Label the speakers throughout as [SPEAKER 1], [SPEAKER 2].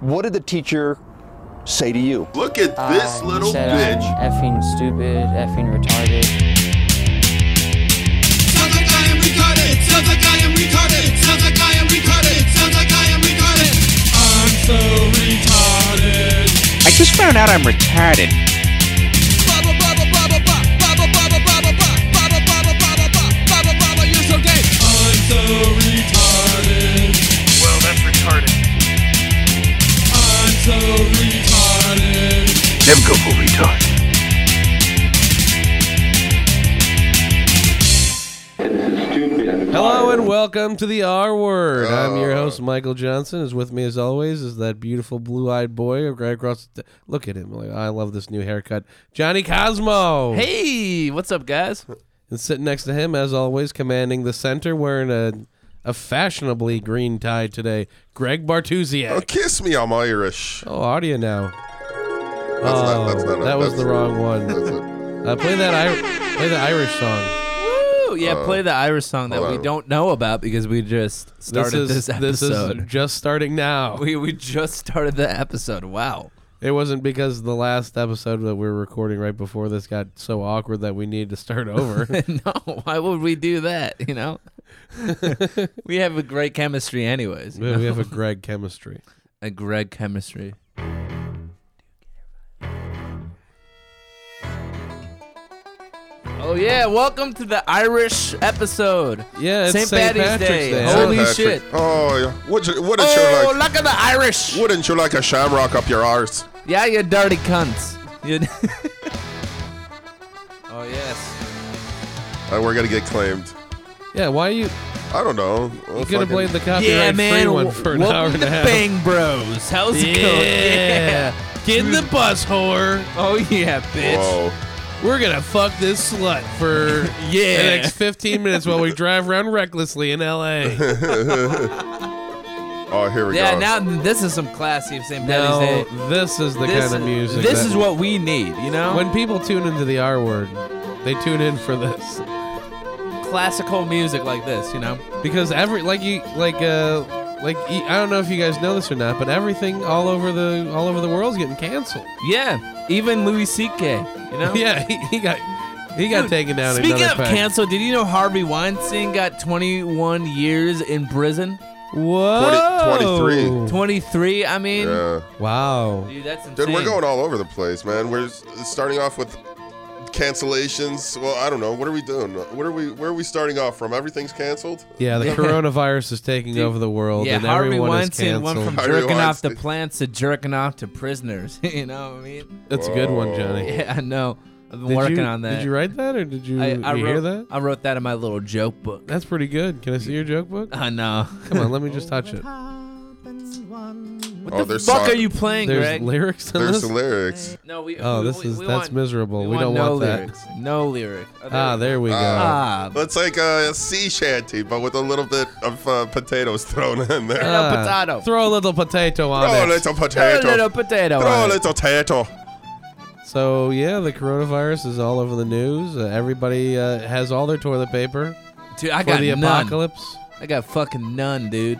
[SPEAKER 1] What did the teacher say to you?
[SPEAKER 2] Look at
[SPEAKER 3] Ah,
[SPEAKER 2] this
[SPEAKER 4] Uh, he
[SPEAKER 2] little
[SPEAKER 4] said
[SPEAKER 2] bitch.
[SPEAKER 4] I'm effing stupid, effing retarded.
[SPEAKER 5] Sounds like I am retarded. Sounds like I am retarded. Sounds like I am retarded. Sounds like I am retarded. I'm so retarded.
[SPEAKER 6] I just found out I'm retarded.
[SPEAKER 5] Ba ba ba ba ba ba ba ba ba ba ba ba ba ba ba ba ba ba ba ba ba ba ba ba. You're so gay. I'm so retarded.
[SPEAKER 6] Well, that's retarded.
[SPEAKER 5] I'm so retarded.
[SPEAKER 6] Never go full retard.
[SPEAKER 3] Hello and welcome to the R Word. I'm your
[SPEAKER 7] Uh.
[SPEAKER 3] host Michael Johnson. As with me as always is that beautiful blue-eyed boy right across. The Look at him! Like, I love this new haircut, Johnny Cosmo.
[SPEAKER 7] Hey, what's up, guys?
[SPEAKER 3] And sitting next to him, as always, commanding the center, wearing a a fashionably green tie today, Greg
[SPEAKER 2] Oh,
[SPEAKER 3] Bartusiak.
[SPEAKER 2] kiss me, I'm Irish.
[SPEAKER 3] Oh, audio now.
[SPEAKER 2] That's
[SPEAKER 3] Oh,
[SPEAKER 2] not, that's not,
[SPEAKER 3] that was
[SPEAKER 2] that's-
[SPEAKER 3] the wrong one.
[SPEAKER 2] that's it.
[SPEAKER 3] Uh, play that I play the Irish song.
[SPEAKER 7] Woo! Yeah, play the Irish song that
[SPEAKER 2] hold
[SPEAKER 7] we
[SPEAKER 2] on.
[SPEAKER 7] don't know about because we just started this, episode.
[SPEAKER 3] is just starting now.
[SPEAKER 7] we we just started the episode. Wow.
[SPEAKER 3] it wasn't because the last episode that we were recording right before this got so awkward that we needed to start over.
[SPEAKER 7] no, why would we do that? You know, we have a great chemistry, anyways. you
[SPEAKER 3] we
[SPEAKER 7] know?
[SPEAKER 3] we have a Greg chemistry.
[SPEAKER 7] a Greg chemistry. Oh yeah! Welcome to the Irish episode.
[SPEAKER 3] Yeah, it's
[SPEAKER 7] St.
[SPEAKER 3] St.
[SPEAKER 7] Patty's
[SPEAKER 3] Patrick's
[SPEAKER 7] Day.
[SPEAKER 3] Day.
[SPEAKER 2] St.
[SPEAKER 7] Holy
[SPEAKER 2] Patrick.
[SPEAKER 7] shit!
[SPEAKER 2] Oh, yeah. What you, wouldn't
[SPEAKER 7] Oh,
[SPEAKER 2] you like?
[SPEAKER 7] look at the Irish!
[SPEAKER 2] Wouldn't you like a shamrock up your arse?
[SPEAKER 7] Yeah, you dirty cunts. You oh yes.
[SPEAKER 2] Uh, we're gonna get claimed.
[SPEAKER 3] Yeah, why are you,
[SPEAKER 2] I don't know. Oh,
[SPEAKER 3] you could have played the copyright
[SPEAKER 7] yeah,
[SPEAKER 3] free
[SPEAKER 7] man.
[SPEAKER 3] one for an hour
[SPEAKER 7] welcome
[SPEAKER 3] and
[SPEAKER 7] to
[SPEAKER 3] a half.
[SPEAKER 7] Bang Bros. How's it
[SPEAKER 3] Yeah.
[SPEAKER 7] going?
[SPEAKER 3] Get in the bus, whore.
[SPEAKER 7] Oh yeah, bitch.
[SPEAKER 2] Whoa.
[SPEAKER 3] We're gonna fuck this slut for
[SPEAKER 7] Yeah.
[SPEAKER 3] the next 15 minutes while we drive around recklessly in L.A.
[SPEAKER 2] Oh, here we
[SPEAKER 7] yeah.
[SPEAKER 2] go.
[SPEAKER 7] Now this is some classy of St. Patty's Day.
[SPEAKER 3] now, this is the
[SPEAKER 7] this,
[SPEAKER 3] kind of music.
[SPEAKER 7] This
[SPEAKER 3] that-
[SPEAKER 7] is what we need. You know,
[SPEAKER 3] When people tune into the R word, they tune in for this
[SPEAKER 7] classical music like this. You know.
[SPEAKER 3] because every like you like uh like e- I don't know if you guys know this or not, but everything all over the all over the world's getting canceled.
[SPEAKER 7] Yeah. Even Louis C.K. You know.
[SPEAKER 3] Yeah, he, he got he got
[SPEAKER 7] Oh. Dude,
[SPEAKER 3] taken down.
[SPEAKER 7] Speaking
[SPEAKER 3] another
[SPEAKER 7] of
[SPEAKER 3] peg.
[SPEAKER 7] cancel, did you know Harvey Weinstein got 21 years in prison?
[SPEAKER 3] whoa,
[SPEAKER 2] 20
[SPEAKER 7] 23, I mean.
[SPEAKER 2] yeah.
[SPEAKER 3] Wow,
[SPEAKER 7] Dude, that's insane.
[SPEAKER 2] Dude, we're going all over the place, man. We're s- starting off with cancellations. Well, I don't know. What are we doing? What are we? Where are we starting off from? Everything's canceled.
[SPEAKER 3] yeah, the
[SPEAKER 7] Yeah.
[SPEAKER 3] coronavirus is taking
[SPEAKER 7] Dude,
[SPEAKER 3] over the world,
[SPEAKER 7] Yeah,
[SPEAKER 3] and
[SPEAKER 7] Harvey
[SPEAKER 3] everyone
[SPEAKER 7] Weinstein
[SPEAKER 3] is
[SPEAKER 7] went
[SPEAKER 3] canceled.
[SPEAKER 7] from
[SPEAKER 2] Harvey
[SPEAKER 7] jerking off to
[SPEAKER 2] Weinstein.
[SPEAKER 7] plants to jerking off to prisoners. you know what I mean?
[SPEAKER 3] That's a good one, Johnny.
[SPEAKER 7] Yeah, I know. I've been
[SPEAKER 3] Did
[SPEAKER 7] working
[SPEAKER 3] you,
[SPEAKER 7] on that.
[SPEAKER 3] Did you write that or did you,
[SPEAKER 7] I,
[SPEAKER 3] you
[SPEAKER 7] I wrote,
[SPEAKER 3] hear that?
[SPEAKER 7] I wrote that in my little joke book.
[SPEAKER 3] That's pretty good. Can I see your joke book?
[SPEAKER 7] I know.
[SPEAKER 3] Come on, let me just touch it.
[SPEAKER 2] oh,
[SPEAKER 7] the
[SPEAKER 2] there's
[SPEAKER 7] fuck
[SPEAKER 2] song-
[SPEAKER 7] are you playing,
[SPEAKER 3] There's
[SPEAKER 7] Greg?
[SPEAKER 3] lyrics in
[SPEAKER 2] There's
[SPEAKER 3] this.
[SPEAKER 2] the lyrics.
[SPEAKER 7] no, we.
[SPEAKER 3] Oh,
[SPEAKER 7] we-
[SPEAKER 3] this
[SPEAKER 7] we-
[SPEAKER 3] is
[SPEAKER 7] we
[SPEAKER 3] that's
[SPEAKER 7] want-
[SPEAKER 3] miserable. We, don't
[SPEAKER 7] no
[SPEAKER 3] want that.
[SPEAKER 7] lyrics. No lyrics. Oh, there
[SPEAKER 3] Ah,
[SPEAKER 7] we go.
[SPEAKER 3] there we go.
[SPEAKER 2] Ah.
[SPEAKER 7] Ah,
[SPEAKER 2] It's like a sea shanty, but with a little bit of uh, potatoes thrown in there.
[SPEAKER 7] Uh, potato.
[SPEAKER 3] Ah, Throw a little potato on
[SPEAKER 2] Throw a
[SPEAKER 3] it.
[SPEAKER 2] little
[SPEAKER 7] Oh, throw a
[SPEAKER 2] potato.
[SPEAKER 7] little potato.
[SPEAKER 2] Throw a
[SPEAKER 7] on it.
[SPEAKER 2] little potato.
[SPEAKER 3] So yeah, the coronavirus is all over the news. Uh, everybody uh, has all their toilet paper
[SPEAKER 7] Dude, I
[SPEAKER 3] for
[SPEAKER 7] got
[SPEAKER 3] the
[SPEAKER 7] none.
[SPEAKER 3] apocalypse.
[SPEAKER 7] I got fucking none, dude.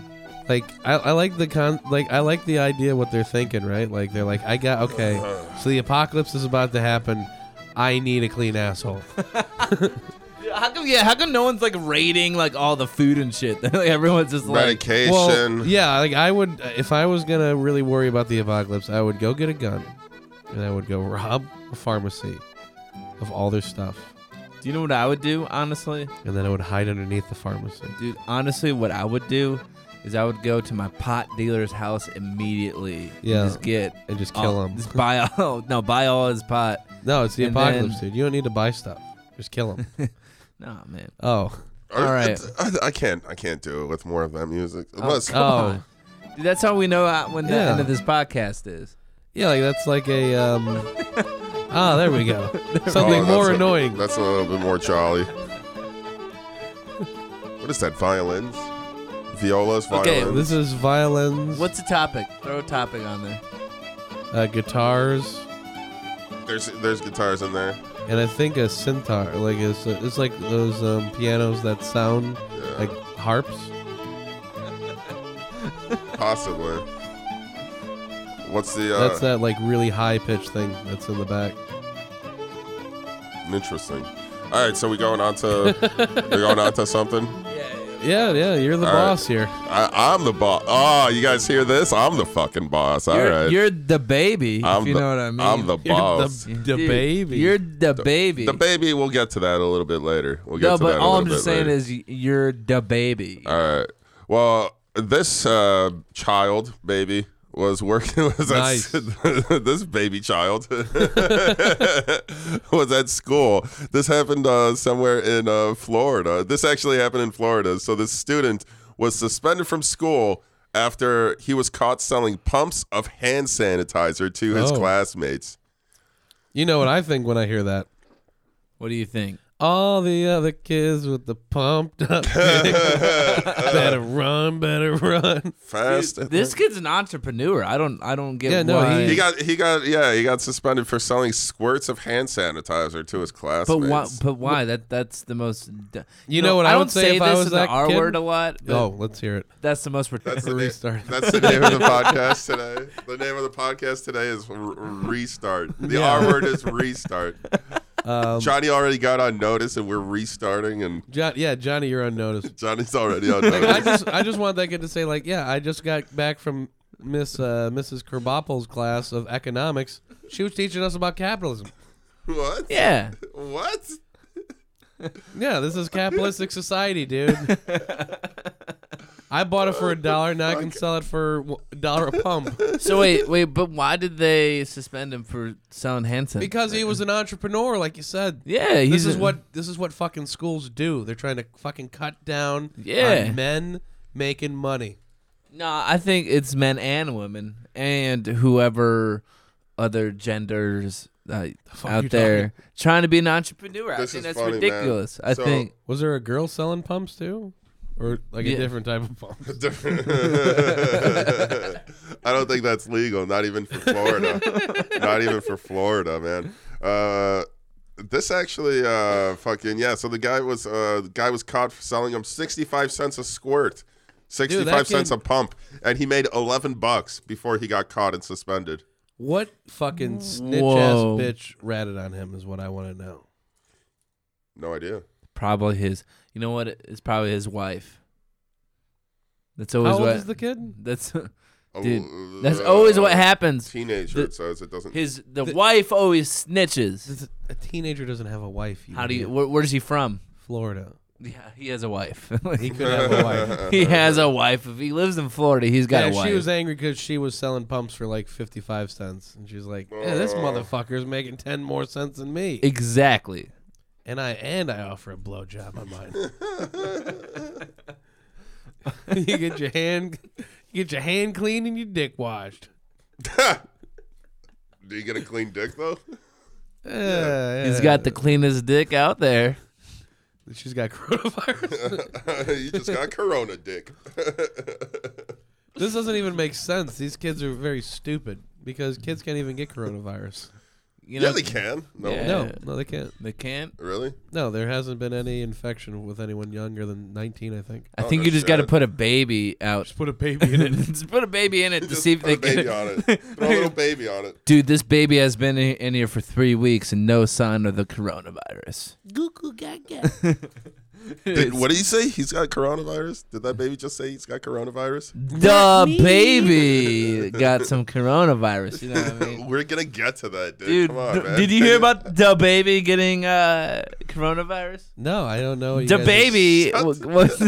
[SPEAKER 3] Like I, I like the con, like I like the idea what they're thinking, right? Like they're like, I got okay. So the apocalypse is about to happen. I need a clean asshole.
[SPEAKER 7] How come? Yeah, how come no one's like raiding like all the food and shit? like everyone's just like,
[SPEAKER 2] Medication.
[SPEAKER 3] well, yeah, like I would if I was gonna really worry about the apocalypse, I would go get a gun, and I would go rob a pharmacy of all their stuff,
[SPEAKER 7] do you know what I would do? Honestly,
[SPEAKER 3] and then I would hide underneath the pharmacy.
[SPEAKER 7] dude. Honestly, what I would do is I would go to my pot dealer's house immediately. and
[SPEAKER 3] Yeah.
[SPEAKER 7] just get
[SPEAKER 3] and just
[SPEAKER 7] all-
[SPEAKER 3] kill him.
[SPEAKER 7] Just buy all no, buy all his pot.
[SPEAKER 3] Oh, No, it's the
[SPEAKER 7] and
[SPEAKER 3] apocalypse,
[SPEAKER 7] then-
[SPEAKER 3] dude. You don't need to buy stuff. Just kill him.
[SPEAKER 7] Nah, man.
[SPEAKER 3] oh,
[SPEAKER 2] Or-
[SPEAKER 7] all right.
[SPEAKER 2] I, I can't. I can't do it with more of that music. Unless
[SPEAKER 7] come
[SPEAKER 3] oh,
[SPEAKER 7] on. Dude, that's how we know uh, when the
[SPEAKER 3] Yeah.
[SPEAKER 7] end of this podcast is.
[SPEAKER 3] yeah. Like that's like a um. Ah, there we go.
[SPEAKER 2] Oh,
[SPEAKER 3] Something
[SPEAKER 2] that's
[SPEAKER 3] more
[SPEAKER 2] a-
[SPEAKER 3] annoying.
[SPEAKER 2] That's a little bit more jolly. what is that? Violins, violas,
[SPEAKER 7] Okay,
[SPEAKER 2] violins.
[SPEAKER 3] this is violins,
[SPEAKER 7] What's the topic? Throw a topic on there.
[SPEAKER 3] uh, guitars,
[SPEAKER 2] there's there's guitars in there.
[SPEAKER 3] and I think a centaur. Like it's it's like those um, pianos that sound like harps.
[SPEAKER 2] Possibly. What's the uh,
[SPEAKER 3] That's that like really high pitched thing that's in the back.
[SPEAKER 2] interesting? All right, so we going on to we're going on to something.
[SPEAKER 3] Yeah, yeah, you're the
[SPEAKER 2] All right.
[SPEAKER 3] boss here.
[SPEAKER 2] I, I'm the boss. Oh, you guys hear this? I'm the fucking boss. All
[SPEAKER 7] You're,
[SPEAKER 2] right.
[SPEAKER 7] you're the baby,
[SPEAKER 2] I'm
[SPEAKER 7] if you
[SPEAKER 2] the,
[SPEAKER 7] know what I mean.
[SPEAKER 2] I'm the
[SPEAKER 3] You're
[SPEAKER 2] boss.
[SPEAKER 3] the,
[SPEAKER 2] The,
[SPEAKER 3] the
[SPEAKER 7] Dude,
[SPEAKER 3] baby.
[SPEAKER 7] You're the baby.
[SPEAKER 2] baby. We'll get to that a little bit later. We'll get
[SPEAKER 7] No,
[SPEAKER 2] to that
[SPEAKER 7] but
[SPEAKER 2] a
[SPEAKER 7] all
[SPEAKER 2] little
[SPEAKER 7] I'm just
[SPEAKER 2] bit
[SPEAKER 7] saying
[SPEAKER 2] later.
[SPEAKER 7] is you're the baby.
[SPEAKER 2] All right. Well, this uh, child baby was working was
[SPEAKER 3] Nice.
[SPEAKER 2] at, this baby child was at school. This happened uh, somewhere in uh, Florida. This actually happened in Florida. So this student was suspended from school after he was caught selling pumps of hand sanitizer to his
[SPEAKER 3] Oh.
[SPEAKER 2] classmates.
[SPEAKER 3] You know what I think when I hear that?
[SPEAKER 7] What do you think?
[SPEAKER 3] All the other kids with the pumped up dick. better run, better run.
[SPEAKER 2] Fast.
[SPEAKER 7] This kid's an entrepreneur. I don't. I don't get
[SPEAKER 3] Yeah, no,
[SPEAKER 7] why.
[SPEAKER 2] he got he got yeah he got suspended for selling squirts of hand sanitizer to his classmates.
[SPEAKER 7] but why? But why? That that's the most. d-
[SPEAKER 3] You know what I
[SPEAKER 7] I
[SPEAKER 3] would
[SPEAKER 7] don't
[SPEAKER 3] say
[SPEAKER 7] say
[SPEAKER 3] if I
[SPEAKER 7] this
[SPEAKER 3] was
[SPEAKER 7] in
[SPEAKER 3] that
[SPEAKER 7] the R
[SPEAKER 3] kid?
[SPEAKER 7] word a lot. but
[SPEAKER 3] Oh, let's hear it.
[SPEAKER 7] that's the most.
[SPEAKER 2] That's the,
[SPEAKER 3] Restart.
[SPEAKER 2] name, that's the name of the podcast today. The name of the podcast today is R- Restart. The R word is Restart.
[SPEAKER 3] Um,
[SPEAKER 2] Johnny already got on notice, and we're restarting, and
[SPEAKER 3] John, yeah, Johnny, you're unnoticed.
[SPEAKER 2] Johnny's already on
[SPEAKER 3] I
[SPEAKER 2] notice.
[SPEAKER 3] just, I just want that kid to say like, yeah, I just got back from Miss uh, Mrs. Kerbopple's class of economics. She was teaching us about capitalism.
[SPEAKER 2] what?
[SPEAKER 7] yeah.
[SPEAKER 2] What?
[SPEAKER 3] Yeah, this is capitalistic society, dude. I bought it for a dollar. Now I can sell it for w- a dollar a pump
[SPEAKER 7] So wait, wait. But why did they suspend him for selling hand sanitizer?
[SPEAKER 3] because he was an entrepreneur, like you said.
[SPEAKER 7] Yeah, he's
[SPEAKER 3] this is
[SPEAKER 7] a-
[SPEAKER 3] what this is what fucking schools do. They're trying to fucking cut down
[SPEAKER 7] Yeah.
[SPEAKER 3] on men making money.
[SPEAKER 7] No, I think it's men and women and whoever other genders uh,
[SPEAKER 3] you
[SPEAKER 7] out there trying to be an entrepreneur.
[SPEAKER 2] This
[SPEAKER 7] I think
[SPEAKER 2] is
[SPEAKER 7] that's
[SPEAKER 2] funny, man.
[SPEAKER 7] ridiculous. I
[SPEAKER 2] So-
[SPEAKER 7] think
[SPEAKER 3] Was there a girl selling pumps too, or like a
[SPEAKER 7] Yeah.
[SPEAKER 3] different type of pumps?
[SPEAKER 2] I don't think that's legal. Not even for Florida. not even for Florida, man. Uh, this actually, uh, fucking yeah. So the guy was, uh, the guy was caught for selling him sixty-five cents a squirt, sixty-five cents
[SPEAKER 3] kid-
[SPEAKER 2] a pump, and he made eleven bucks before he got caught and suspended.
[SPEAKER 3] What fucking snitch
[SPEAKER 7] Whoa.
[SPEAKER 3] ass bitch ratted on him is what I want to know.
[SPEAKER 2] No idea.
[SPEAKER 7] probably his. You know what? It's probably his wife. That's always
[SPEAKER 3] How old
[SPEAKER 7] what.
[SPEAKER 3] is the kid?
[SPEAKER 7] that's
[SPEAKER 2] A-
[SPEAKER 7] dude. That's always what
[SPEAKER 2] Oh, uh,
[SPEAKER 7] happens.
[SPEAKER 2] Teenager. it says it doesn't.
[SPEAKER 7] His the,
[SPEAKER 3] The-
[SPEAKER 7] wife always snitches.
[SPEAKER 3] This is- A teenager doesn't have a wife.
[SPEAKER 7] How do you?
[SPEAKER 3] idiot.
[SPEAKER 7] Where, where's he from?
[SPEAKER 3] Florida.
[SPEAKER 7] Yeah, he has a wife.
[SPEAKER 3] He could have a wife.
[SPEAKER 7] he has a wife. If he lives in Florida, he's got
[SPEAKER 3] yeah,
[SPEAKER 7] a wife.
[SPEAKER 3] she was angry because she was selling pumps for like fifty-five cents, and she's like, yeah, "This motherfucker's making ten more cents than me,"
[SPEAKER 7] exactly.
[SPEAKER 3] and I and I offer a blowjob on mine. you get your hand, you get your hand clean and your dick washed.
[SPEAKER 2] Do you get a clean dick though?
[SPEAKER 3] Uh, yeah.
[SPEAKER 7] He's got the cleanest dick out there.
[SPEAKER 3] She's got coronavirus.
[SPEAKER 2] you just got Corona dick.
[SPEAKER 3] this doesn't even make sense. These kids are very stupid because kids can't even get coronavirus.
[SPEAKER 7] You know,
[SPEAKER 2] yeah, they can. No,
[SPEAKER 7] Yeah.
[SPEAKER 3] No, no, they can't.
[SPEAKER 7] They can't.
[SPEAKER 2] really.
[SPEAKER 3] No, there hasn't been any infection with anyone younger than 19, I think.
[SPEAKER 7] I
[SPEAKER 2] Oh,
[SPEAKER 7] think
[SPEAKER 2] no
[SPEAKER 7] you just got to
[SPEAKER 2] shit.
[SPEAKER 7] put a baby out.
[SPEAKER 3] Put a baby in it.
[SPEAKER 7] Just put a baby in it to
[SPEAKER 2] Just
[SPEAKER 7] see if
[SPEAKER 2] put
[SPEAKER 7] they
[SPEAKER 2] a baby on
[SPEAKER 7] can.
[SPEAKER 2] it. Throw a little baby on it.
[SPEAKER 7] Dude, this baby has been in in here for three weeks and no sign of the coronavirus.
[SPEAKER 2] Did, what did he say? He's got coronavirus. Did that baby just say he's got coronavirus?
[SPEAKER 7] The baby got some coronavirus. You know what I mean?
[SPEAKER 2] We're gonna get to that, dude.
[SPEAKER 7] Dude,
[SPEAKER 2] Come on,
[SPEAKER 7] th-
[SPEAKER 2] man.
[SPEAKER 7] did you hear about the baby getting uh, coronavirus?
[SPEAKER 3] No, I don't know. what you
[SPEAKER 7] The
[SPEAKER 3] guys are-
[SPEAKER 7] baby was.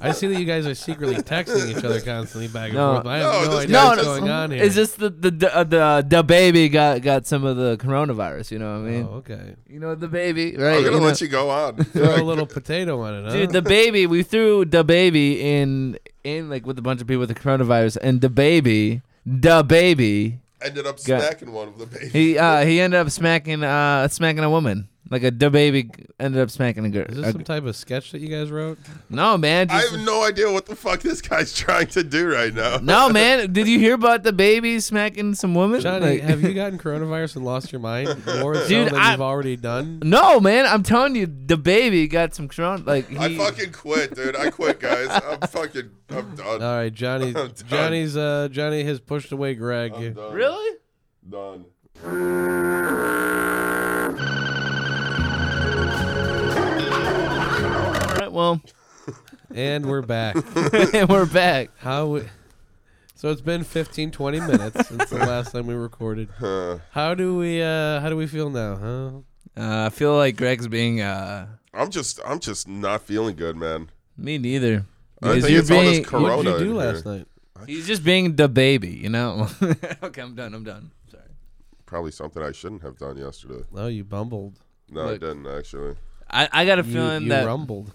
[SPEAKER 3] I see that you guys are secretly texting each other constantly back and
[SPEAKER 7] No.
[SPEAKER 3] forth. I have
[SPEAKER 2] No,
[SPEAKER 3] no,
[SPEAKER 2] this
[SPEAKER 3] idea
[SPEAKER 2] guy
[SPEAKER 3] what's
[SPEAKER 2] just-
[SPEAKER 3] going on here.
[SPEAKER 7] It's just the the the, uh, the the baby got got some of the coronavirus. You know what I
[SPEAKER 3] Oh,
[SPEAKER 7] mean?
[SPEAKER 3] okay.
[SPEAKER 7] You know the baby, right?
[SPEAKER 2] I'm gonna
[SPEAKER 7] you know-
[SPEAKER 2] let you go on.
[SPEAKER 3] Throw a little potato on it, huh?
[SPEAKER 7] Dude, the baby. We threw the baby in in like with a bunch of people with the coronavirus, and the baby, the baby,
[SPEAKER 2] Ended up
[SPEAKER 7] Got-
[SPEAKER 2] smacking one of the babies.
[SPEAKER 7] he uh he ended up smacking uh smacking a woman. Like a da baby ended up smacking a girl.
[SPEAKER 3] Is this some type of sketch that you guys wrote?
[SPEAKER 7] no, man.
[SPEAKER 2] I
[SPEAKER 7] just-
[SPEAKER 2] have no idea what the fuck this guy's trying to do right now.
[SPEAKER 7] no, man. Did you hear about the baby smacking some woman?
[SPEAKER 3] Johnny,
[SPEAKER 7] Like-
[SPEAKER 3] have you gotten coronavirus and lost your mind more so
[SPEAKER 7] Dude,
[SPEAKER 3] than
[SPEAKER 7] I-
[SPEAKER 3] you've already done?
[SPEAKER 7] No, man. I'm telling you, the baby got some corona. Like he,
[SPEAKER 2] I fucking quit, dude. I quit, guys. I'm fucking. I'm done.
[SPEAKER 3] All right, Johnny.
[SPEAKER 2] I'm done.
[SPEAKER 3] Johnny's uh, Johnny has pushed away Greg.
[SPEAKER 2] I'm done.
[SPEAKER 7] really.
[SPEAKER 2] Done.
[SPEAKER 7] All right. Well,
[SPEAKER 3] And we're back.
[SPEAKER 7] and we're back.
[SPEAKER 3] How we- So it's been 15 20 minutes since the last time we recorded.
[SPEAKER 2] Huh.
[SPEAKER 3] How do we uh how do we feel now, huh?
[SPEAKER 7] Uh, I feel like Greg's being. uh
[SPEAKER 2] I'm just. I'm just not feeling good, man.
[SPEAKER 7] Me neither.
[SPEAKER 2] I
[SPEAKER 7] Because
[SPEAKER 2] think
[SPEAKER 7] you're
[SPEAKER 2] it's all this
[SPEAKER 7] being-
[SPEAKER 2] corona.
[SPEAKER 3] What did you
[SPEAKER 2] in
[SPEAKER 3] do
[SPEAKER 2] here.
[SPEAKER 3] last night?
[SPEAKER 7] He's just being the baby, you know. okay, I'm done. I'm done. Sorry.
[SPEAKER 2] Probably something I shouldn't have done yesterday.
[SPEAKER 3] Oh, you bumbled.
[SPEAKER 2] No, I
[SPEAKER 7] Look.
[SPEAKER 2] didn't actually.
[SPEAKER 7] I, I got a
[SPEAKER 3] You,
[SPEAKER 7] feeling
[SPEAKER 3] you
[SPEAKER 7] that
[SPEAKER 3] rumbled.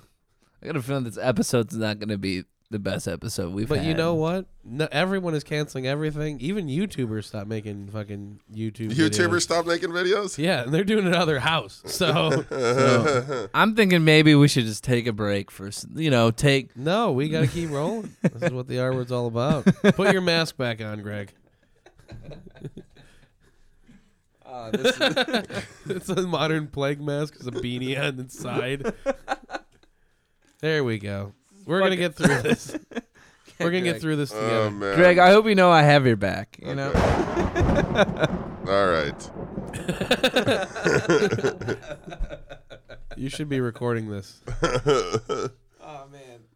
[SPEAKER 7] I got a feeling this episode's not going to be the best episode we've
[SPEAKER 3] But
[SPEAKER 7] had.
[SPEAKER 3] you know what? No, everyone is canceling everything. Even YouTubers stop making fucking YouTube.
[SPEAKER 2] YouTubers
[SPEAKER 3] videos.
[SPEAKER 2] stop making videos.
[SPEAKER 3] Yeah, and they're doing it out of their house. So
[SPEAKER 7] I'm thinking maybe we should just take a break for s- you know take.
[SPEAKER 3] no, we gotta keep rolling. This is what the R word's all about. Put your mask back on, Greg. it's a modern plague mask. It's a beanie on the side. There we go. We're gonna get through this. We're gonna get
[SPEAKER 7] Greg.
[SPEAKER 3] through this together.
[SPEAKER 2] Oh man.
[SPEAKER 7] Greg, I hope you know I have your back. You know.
[SPEAKER 2] All right.
[SPEAKER 3] you should be recording this.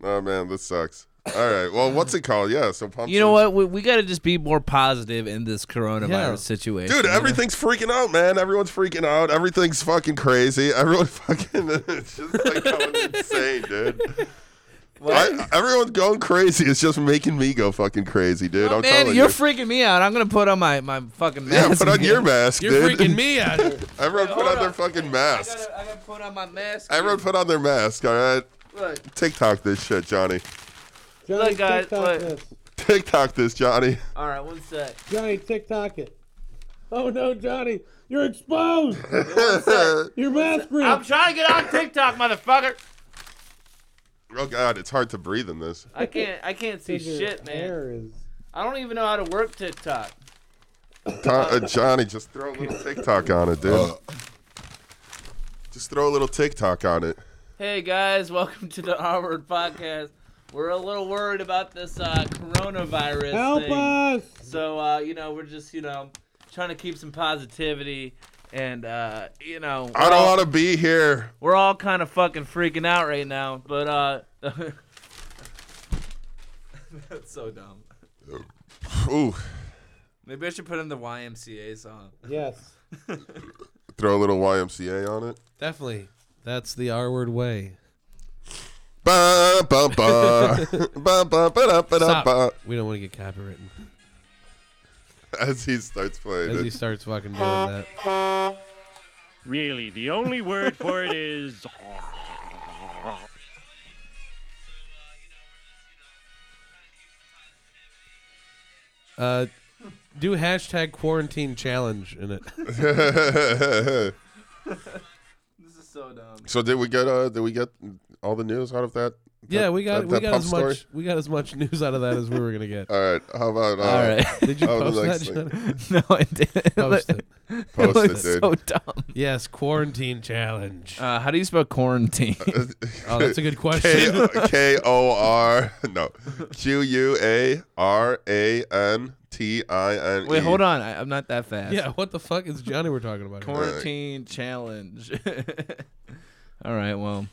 [SPEAKER 2] Oh man, this sucks. All right. Well, what's it called? Yeah. So pump.
[SPEAKER 7] You know what? We, we got to just be more positive in this coronavirus
[SPEAKER 3] Yeah.
[SPEAKER 7] situation.
[SPEAKER 2] Dude, everything's freaking out, man. Everyone's freaking out. Everything's fucking crazy. Everyone fucking it's just like going insane, dude. I, everyone's going crazy. It's just making me go fucking crazy, dude. I'm
[SPEAKER 7] Oh, Man,
[SPEAKER 2] telling
[SPEAKER 7] you're
[SPEAKER 2] you.
[SPEAKER 7] freaking me out. I'm gonna put on my, my fucking mask.
[SPEAKER 2] yeah, put on
[SPEAKER 7] again.
[SPEAKER 2] your mask,
[SPEAKER 3] You're
[SPEAKER 2] dude.
[SPEAKER 3] freaking me out.
[SPEAKER 2] Everyone put on
[SPEAKER 7] Hold
[SPEAKER 2] their
[SPEAKER 7] on.
[SPEAKER 2] fucking
[SPEAKER 7] I
[SPEAKER 2] masks.
[SPEAKER 7] gotta, I gotta put on my mask.
[SPEAKER 2] Everyone put on their mask, all right?
[SPEAKER 7] Look,
[SPEAKER 2] TikTok this shit, Johnny.
[SPEAKER 7] look, guys. Look.
[SPEAKER 2] TikTok this, Johnny.
[SPEAKER 7] All right, one sec.
[SPEAKER 3] Johnny, TikTok it. Oh no, Johnny, you're exposed. Your mask
[SPEAKER 7] I'm trying to get on TikTok, motherfucker.
[SPEAKER 2] oh god, it's hard to breathe in this.
[SPEAKER 7] I can't. I can't see shit, man.
[SPEAKER 3] is.
[SPEAKER 7] I don't even know how to work TikTok.
[SPEAKER 2] Tom- uh, Johnny, just throw a little TikTok on it, dude. Just throw a little TikTok on it.
[SPEAKER 7] Hey guys, welcome to the R Word Podcast. We're a little worried about this uh, coronavirus thing.
[SPEAKER 3] us!
[SPEAKER 7] So uh, you know, we're just you know trying to keep some positivity, and uh, you know,
[SPEAKER 2] I don't want to be here.
[SPEAKER 7] we're all kind of fucking freaking out right now. But uh, that's so dumb.
[SPEAKER 2] Ooh,
[SPEAKER 7] Maybe I should put in the YMCA song.
[SPEAKER 3] Yes.
[SPEAKER 2] throw a little YMCA on it.
[SPEAKER 3] Definitely. That's the R word way.
[SPEAKER 2] Ba ba ba ba ba ba da, ba da,
[SPEAKER 3] Stop.
[SPEAKER 2] ba.
[SPEAKER 3] We don't want to get copywritten.
[SPEAKER 2] As he starts playing
[SPEAKER 3] As he
[SPEAKER 2] it.
[SPEAKER 3] starts fucking doing that.
[SPEAKER 8] Really, the only word for it is.
[SPEAKER 3] Uh, do hashtag quarantine challenge in it.
[SPEAKER 7] This is so dumb.
[SPEAKER 2] so did we get uh did we get all the news out of that?
[SPEAKER 3] Yeah, we got
[SPEAKER 2] That-
[SPEAKER 3] we
[SPEAKER 2] that
[SPEAKER 3] got
[SPEAKER 2] pump
[SPEAKER 3] as
[SPEAKER 2] story?
[SPEAKER 3] much we got as much news out of that as we were gonna get.
[SPEAKER 2] All right. How about uh,
[SPEAKER 7] All right.
[SPEAKER 3] Did you
[SPEAKER 2] Oh, the
[SPEAKER 3] post that?
[SPEAKER 2] next thing.
[SPEAKER 3] Johnny?
[SPEAKER 7] no, I didn't.
[SPEAKER 3] Post it.
[SPEAKER 2] post
[SPEAKER 7] It
[SPEAKER 2] it,
[SPEAKER 7] was
[SPEAKER 2] dude.
[SPEAKER 7] so dumb.
[SPEAKER 3] Yes, quarantine challenge.
[SPEAKER 7] Uh, how do you spell quarantine?
[SPEAKER 3] Oh, that's a good question.
[SPEAKER 2] K O R no Q U A R A N T I N. E.
[SPEAKER 7] Wait, hold on. I, I'm not that fast.
[SPEAKER 3] yeah, what the fuck is Johnny we're talking about? here?
[SPEAKER 7] Quarantine challenge. All right. Well,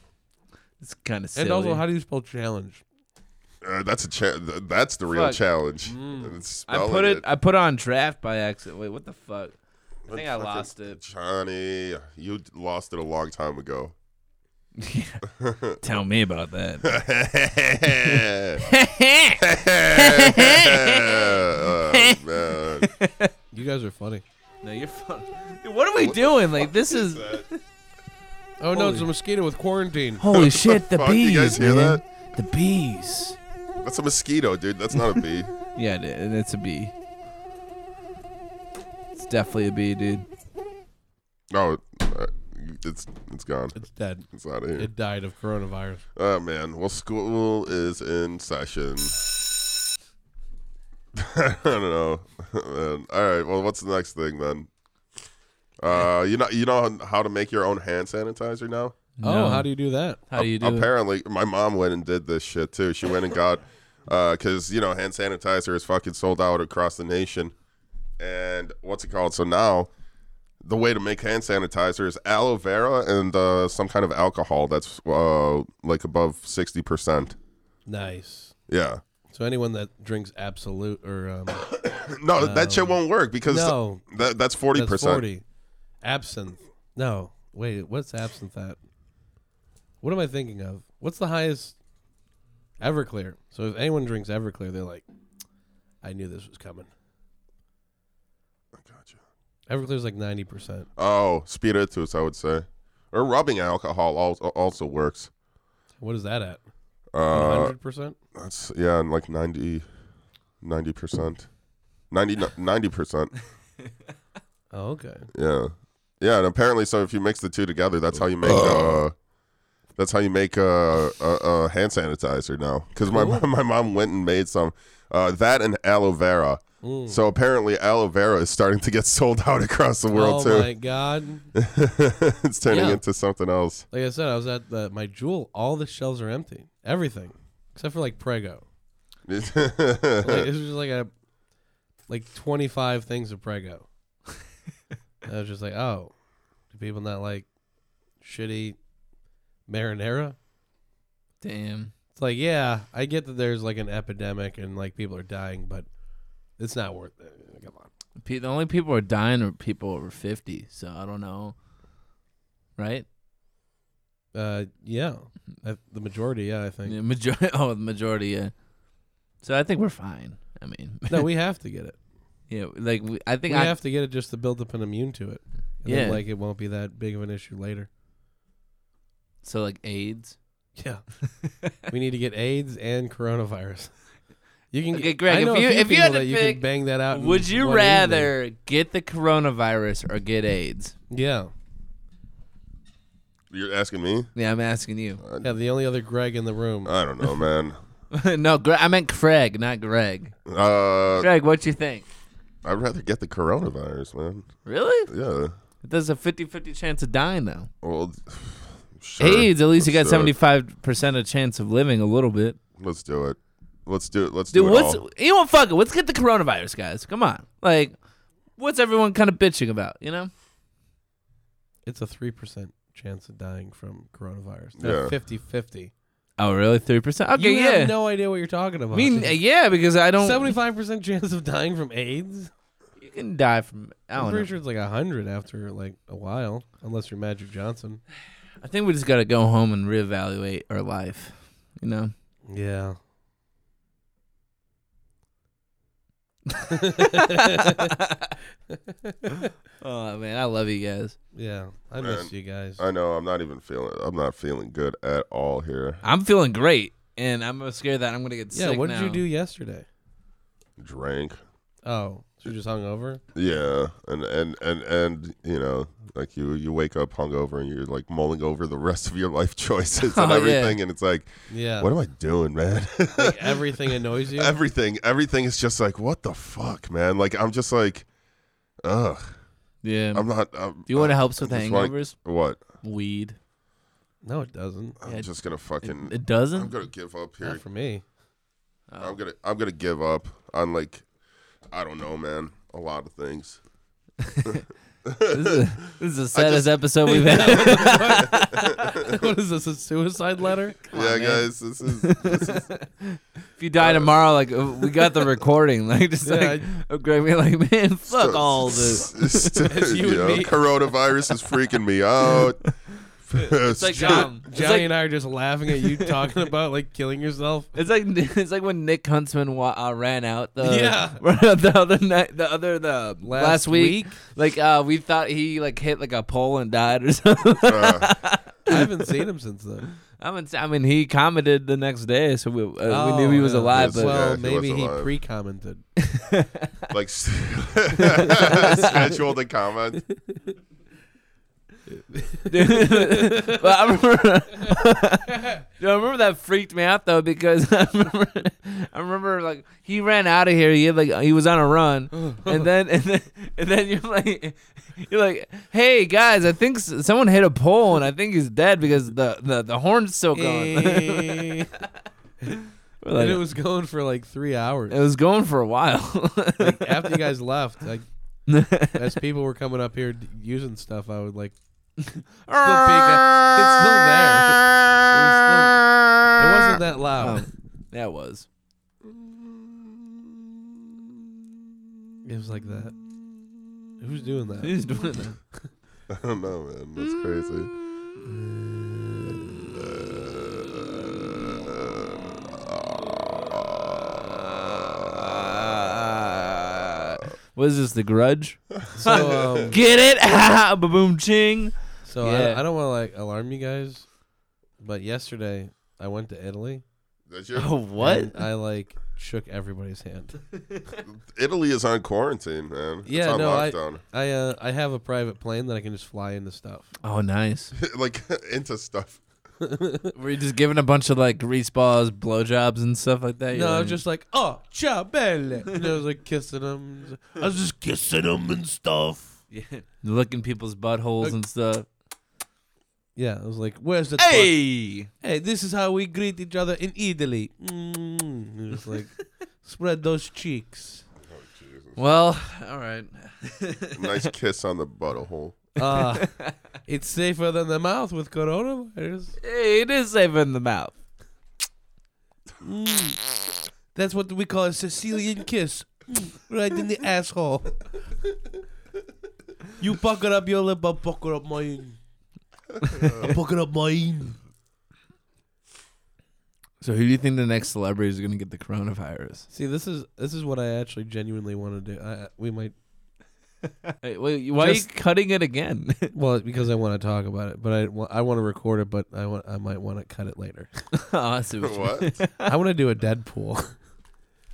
[SPEAKER 7] it's kind of silly.
[SPEAKER 3] And also, how do you spell challenge?
[SPEAKER 2] Uh, that's a cha- th- that's the real
[SPEAKER 7] Fuck. Mm.
[SPEAKER 2] challenge. It's
[SPEAKER 7] I
[SPEAKER 2] spelling
[SPEAKER 7] put it, I put on draft by accident. Wait, what the fuck? I think I
[SPEAKER 2] Fucking
[SPEAKER 7] lost it.
[SPEAKER 2] Johnny, you d- lost it a long time ago.
[SPEAKER 7] Tell me about that.
[SPEAKER 2] oh, man.
[SPEAKER 3] You guys are funny.
[SPEAKER 7] no, you're fun. Dude, what are we doing? Like this is
[SPEAKER 3] Oh no, it's a mosquito with quarantine.
[SPEAKER 7] holy shit. The
[SPEAKER 2] Fuck, you guys hear that?
[SPEAKER 7] The bees.
[SPEAKER 2] That's a mosquito, dude. That's not a bee.
[SPEAKER 7] Yeah, it is. it's a bee. It's definitely a bee, dude.
[SPEAKER 2] No, uh, it's it's gone.
[SPEAKER 3] It's dead.
[SPEAKER 2] It's out of here.
[SPEAKER 3] It died of coronavirus.
[SPEAKER 2] Oh man, well school is in session. I don't know. Man. All right, well what's the next thing then? Uh, you know you know how to make your own hand sanitizer now?
[SPEAKER 3] Oh, how do you do that?
[SPEAKER 7] how do you do it?
[SPEAKER 2] Apparently, my mom went and did this shit too. She went and got uh cuz you know hand sanitizer is fucking sold out across the nation. And what's it called? So now the way to make hand sanitizer is aloe vera and uh, some kind of alcohol that's uh, like above 60%.
[SPEAKER 3] Nice.
[SPEAKER 2] Yeah.
[SPEAKER 3] So anyone that drinks absolute or um,
[SPEAKER 2] No, that shit won't work because
[SPEAKER 3] No.
[SPEAKER 2] that, that's forty
[SPEAKER 3] that's
[SPEAKER 2] percent.
[SPEAKER 3] forty, absinthe. No, wait, what's absinthe at? What am I thinking of? What's the highest? Everclear. So if anyone drinks Everclear, they're like, I knew this was coming. Everclear's like ninety percent.
[SPEAKER 2] Oh, spiritus, I would say, or rubbing alcohol also also works.
[SPEAKER 3] What is that at?
[SPEAKER 2] Uh,
[SPEAKER 3] Hundred percent.
[SPEAKER 2] that's yeah, and like 90 percent, 90 percent.
[SPEAKER 3] Oh, okay.
[SPEAKER 2] Yeah, yeah, and apparently, so if you mix the two together, that's how you make.
[SPEAKER 3] Oh.
[SPEAKER 2] Uh, that's how you make a, a, a hand sanitizer now. Because my mom, my mom went and made some uh, that and aloe vera. So apparently, aloe vera is starting to get sold out across the world
[SPEAKER 3] oh
[SPEAKER 2] too.
[SPEAKER 3] my god!
[SPEAKER 2] it's turning
[SPEAKER 3] Yeah.
[SPEAKER 2] into something else.
[SPEAKER 3] Like I said, I was at the, my jewel. All the shelves are empty. Everything except for like Prego. like,
[SPEAKER 2] yeah,
[SPEAKER 3] it was just like a like 25 things of prego And i was just like oh do people not like shitty marinara
[SPEAKER 7] Damn.
[SPEAKER 3] it's like yeah i get that there's like an epidemic and like people are dying but it's not worth it come on
[SPEAKER 7] Pe- The only people who are dying are people over 50, so I don't know. Right?
[SPEAKER 3] uh yeah I, the majority yeah i think
[SPEAKER 7] The majority, oh, the majority, yeah. So I think we're fine. I mean,
[SPEAKER 3] no we have to get it
[SPEAKER 7] yeah, like we, I
[SPEAKER 3] we
[SPEAKER 7] think I,
[SPEAKER 3] have to get it just to build up an immune to it and then,
[SPEAKER 7] Yeah.
[SPEAKER 3] like it won't be that big of an issue later
[SPEAKER 7] so like AIDS.
[SPEAKER 3] Yeah. we need to get AIDS and coronavirus. You can
[SPEAKER 7] Okay,
[SPEAKER 3] get,
[SPEAKER 7] Greg,
[SPEAKER 3] I
[SPEAKER 7] if
[SPEAKER 3] know a
[SPEAKER 7] you-
[SPEAKER 3] few
[SPEAKER 7] if you
[SPEAKER 3] people
[SPEAKER 7] had to
[SPEAKER 3] that you
[SPEAKER 7] pick,
[SPEAKER 3] can bang that out. in
[SPEAKER 7] Would you
[SPEAKER 3] one evening.
[SPEAKER 7] rather get the coronavirus or get AIDS?
[SPEAKER 3] Yeah.
[SPEAKER 2] you're asking me.
[SPEAKER 7] Yeah, I'm asking you.
[SPEAKER 3] Yeah, the only other Greg in the room.
[SPEAKER 2] I don't know, man.
[SPEAKER 3] Uh,
[SPEAKER 7] no, Gre- I meant Craig, not Greg.
[SPEAKER 2] Uh,
[SPEAKER 7] Greg, what you think?
[SPEAKER 2] I'd rather get the coronavirus, man.
[SPEAKER 7] Really?
[SPEAKER 2] Yeah.
[SPEAKER 7] There's a 50-50 chance of dying though.
[SPEAKER 2] Well, sure.
[SPEAKER 7] AIDS, at least you got
[SPEAKER 2] Let's do
[SPEAKER 7] seventy
[SPEAKER 2] it.
[SPEAKER 7] five percent of chance of living a little bit.
[SPEAKER 2] Let's do it. Let's do it. Let's
[SPEAKER 7] Dude,
[SPEAKER 2] do it
[SPEAKER 7] what's
[SPEAKER 2] all.
[SPEAKER 7] you know? Fuck it. Let's get the coronavirus, guys. Come on. Like, what's everyone kind of bitching about? You know?
[SPEAKER 3] It's a 3% chance of dying from coronavirus.
[SPEAKER 2] Yeah.
[SPEAKER 3] Not 50 50.
[SPEAKER 7] Oh, really? Three percent? Okay,
[SPEAKER 3] You
[SPEAKER 7] yeah.
[SPEAKER 3] have no idea what you're talking about.
[SPEAKER 7] I mean, uh, yeah, because I don't.
[SPEAKER 3] 75% chance of dying from AIDS?
[SPEAKER 7] You can die from. I
[SPEAKER 3] I'm
[SPEAKER 7] don't know.
[SPEAKER 3] pretty sure it's like 100 after like a while, unless you're Magic Johnson.
[SPEAKER 7] I think we just gotta go home and reevaluate our life. You know?
[SPEAKER 3] Yeah.
[SPEAKER 7] Oh man, I love you guys.
[SPEAKER 3] Yeah. I miss you guys.
[SPEAKER 2] I know. I'm not even feeling. I'm not feeling good at all here.
[SPEAKER 7] I'm feeling great, and I'm scared that I'm gonna get
[SPEAKER 3] Yeah,
[SPEAKER 7] sick.
[SPEAKER 3] what did you
[SPEAKER 7] now.
[SPEAKER 3] do yesterday?
[SPEAKER 2] Drank.
[SPEAKER 3] Oh, so you just hung over?
[SPEAKER 2] Yeah, and and and and you know, like you you wake up hungover and you're like mulling over the rest of your life choices and
[SPEAKER 7] Oh, yeah.
[SPEAKER 2] everything, and it's like,
[SPEAKER 3] Yeah.
[SPEAKER 2] what am I doing, man?
[SPEAKER 3] like everything annoys you.
[SPEAKER 2] everything everything is just like what the fuck man like i'm just like ugh
[SPEAKER 7] Yeah.
[SPEAKER 2] i'm not I'm,
[SPEAKER 7] Do you know what helps with
[SPEAKER 2] I just wanna-
[SPEAKER 7] hangovers?
[SPEAKER 2] what
[SPEAKER 7] Weed.
[SPEAKER 3] no, it doesn't.
[SPEAKER 2] i'm
[SPEAKER 7] Yeah,
[SPEAKER 2] just gonna fucking
[SPEAKER 7] It
[SPEAKER 2] i'm
[SPEAKER 7] doesn't.
[SPEAKER 2] gonna give up here
[SPEAKER 3] Not for me.
[SPEAKER 2] i'm gonna i'm gonna give up on like i don't know man a lot of things
[SPEAKER 7] This is, this is the saddest episode we've had.
[SPEAKER 3] what is this? A suicide letter?
[SPEAKER 2] yeah guys this is this is
[SPEAKER 7] If you die tomorrow, like uh, we got the recording, like just like oh, Greg, we like man, fuck all this.
[SPEAKER 2] this
[SPEAKER 3] you and me.
[SPEAKER 2] coronavirus is freaking me out
[SPEAKER 7] It's like um, it's
[SPEAKER 3] Johnny
[SPEAKER 7] like
[SPEAKER 3] and I are just laughing at you talking about like killing yourself.
[SPEAKER 7] it's like it's like when Nick Huntsman wa- uh, ran out the
[SPEAKER 3] Yeah. Uh,
[SPEAKER 7] the other night the other the last,
[SPEAKER 3] Last
[SPEAKER 7] week, like uh we thought he like hit like a pole and died or something.
[SPEAKER 2] Uh,
[SPEAKER 3] I haven't seen him since then.
[SPEAKER 7] I mean, I mean he commented the next day, so we, uh, we knew he was
[SPEAKER 3] yeah.
[SPEAKER 7] alive.
[SPEAKER 2] Yes,
[SPEAKER 7] But
[SPEAKER 2] Oh, Yeah,
[SPEAKER 3] well,
[SPEAKER 2] he
[SPEAKER 3] maybe
[SPEAKER 2] was
[SPEAKER 3] he
[SPEAKER 2] alive.
[SPEAKER 3] pre-commented.
[SPEAKER 2] like scheduled a comment
[SPEAKER 7] but I remember, Yo, I remember that freaked me out though because I remember, I remember like he ran out of here. He had, like he was on a run, and then and then and then you're like you're like, hey guys, I think s- someone hit a pole and I think he's dead because the the, the horn's still going.
[SPEAKER 3] and
[SPEAKER 7] We're like,
[SPEAKER 3] it was going for like three hours.
[SPEAKER 7] it was going for a while.
[SPEAKER 3] like after you guys left, like as people were coming up here d- using stuff, I would like It's still there. It wasn't that
[SPEAKER 7] Oh.
[SPEAKER 3] loud.
[SPEAKER 7] Yeah, it was.
[SPEAKER 3] It was like that. Who's doing that?
[SPEAKER 7] He's doing that.
[SPEAKER 2] I don't know, man. That's crazy.
[SPEAKER 7] What is this? The Grudge?
[SPEAKER 3] So, um,
[SPEAKER 7] Get it? ba boom ching.
[SPEAKER 3] so
[SPEAKER 7] Yeah.
[SPEAKER 3] I, I don't want to like alarm you guys, but yesterday I went to Italy.
[SPEAKER 2] That's your,
[SPEAKER 7] Oh, what?
[SPEAKER 3] and I like shook everybody's hand.
[SPEAKER 2] Italy is on quarantine, man.
[SPEAKER 3] Yeah,
[SPEAKER 2] it's on
[SPEAKER 3] no, I-
[SPEAKER 2] lockdown.
[SPEAKER 3] I uh, I have a private plane that I can just fly into stuff.
[SPEAKER 7] Oh, nice.
[SPEAKER 2] like into stuff.
[SPEAKER 7] Were you just giving a bunch of like grease balls, blowjobs, and stuff like that? You're
[SPEAKER 3] No, I
[SPEAKER 7] like-
[SPEAKER 3] was just like, oh, ciao, belle. And I was like kissing them. I was just kissing them and stuff.
[SPEAKER 7] Yeah. licking people's buttholes and stuff.
[SPEAKER 3] Yeah, I was like, where's the
[SPEAKER 7] Hey,
[SPEAKER 3] hey, this is how we greet each other in Italy. Mm. It was like, spread those cheeks.
[SPEAKER 7] well, all right.
[SPEAKER 2] Nice kiss on the butthole.
[SPEAKER 3] Uh, it's safer than the mouth with coronavirus.
[SPEAKER 7] Hey, it is safe in the mouth.
[SPEAKER 3] That's what we call a Sicilian kiss. Mm, Right in the asshole. You pucker up your lip, I pucker up mine. I pucker up mine.
[SPEAKER 7] So, who do you think the next celebrity is going to get the coronavirus?
[SPEAKER 3] See, this is this is what I actually genuinely want to do. I, we might
[SPEAKER 7] Hey, wait, why
[SPEAKER 3] Just-
[SPEAKER 7] are you cutting it again?
[SPEAKER 3] well because I want to talk about it, but I, wa- I want to record it, but I want I might want to cut it later.
[SPEAKER 7] oh, I see what you mean.
[SPEAKER 2] What?
[SPEAKER 3] I want to do a Deadpool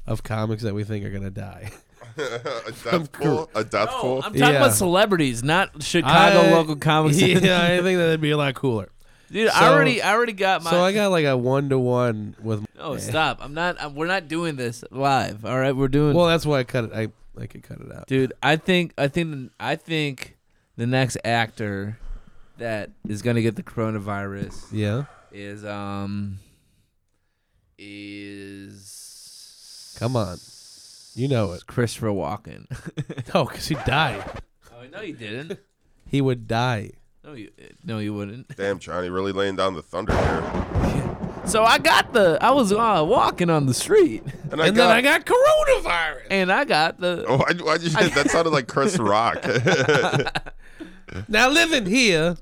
[SPEAKER 3] of comics that we think are gonna die.
[SPEAKER 2] a death pool? A death
[SPEAKER 7] No,
[SPEAKER 2] pool?
[SPEAKER 7] I'm talking
[SPEAKER 3] Yeah.
[SPEAKER 7] about celebrities, not Chicago
[SPEAKER 3] I-
[SPEAKER 7] local comics.
[SPEAKER 3] yeah, I think that'd be a lot cooler.
[SPEAKER 7] Dude,
[SPEAKER 3] So-
[SPEAKER 7] I already, I already got my.
[SPEAKER 3] So I got like a one to one with.
[SPEAKER 7] oh, stop! I'm not. I'm, we're not doing this live. All right, we're doing.
[SPEAKER 3] Well, that's why I cut it. I I could cut it out.
[SPEAKER 7] dude, I think, I think, I think the next actor that is gonna get the coronavirus
[SPEAKER 3] Yeah,
[SPEAKER 7] is um is
[SPEAKER 3] Come on. you know it.
[SPEAKER 7] Christopher Walken.
[SPEAKER 3] No, because he died.
[SPEAKER 7] oh no, you didn't.
[SPEAKER 3] He would die.
[SPEAKER 7] No, you, no, you wouldn't.
[SPEAKER 2] Damn, Johnny, really laying down the thunder here.
[SPEAKER 7] So I got the. I was uh, walking on the street,
[SPEAKER 2] And, I
[SPEAKER 3] and
[SPEAKER 2] got,
[SPEAKER 3] then I got coronavirus.
[SPEAKER 7] and I got the.
[SPEAKER 2] Oh, why, why'd you, that sounded like Chris Rock.
[SPEAKER 3] Now living here.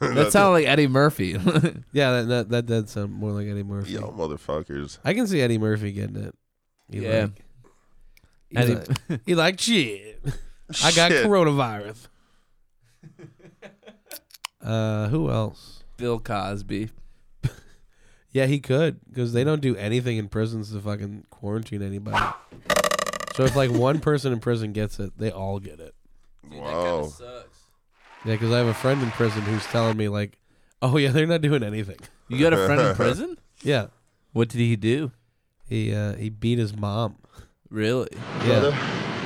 [SPEAKER 7] That sounded like Eddie Murphy.
[SPEAKER 3] Yeah, that that that did sound more like Eddie Murphy.
[SPEAKER 2] Yo, motherfuckers.
[SPEAKER 3] I can see Eddie Murphy getting it. He
[SPEAKER 7] Yeah.
[SPEAKER 3] like- he
[SPEAKER 7] Eddie-
[SPEAKER 3] like, he like shit. I got
[SPEAKER 2] Shit.
[SPEAKER 3] coronavirus. uh, who else?
[SPEAKER 7] Bill Cosby.
[SPEAKER 3] Yeah, he could because they don't do anything in prisons to fucking quarantine anybody. So if like one person in prison gets it, they all get it.
[SPEAKER 2] Wow.
[SPEAKER 3] Yeah, because I have a friend in prison who's telling me like, oh yeah, they're not doing anything.
[SPEAKER 7] You got a friend in prison?
[SPEAKER 3] Yeah,
[SPEAKER 7] What did he do?
[SPEAKER 3] he uh, he beat his mom.
[SPEAKER 7] Really?
[SPEAKER 3] Yeah,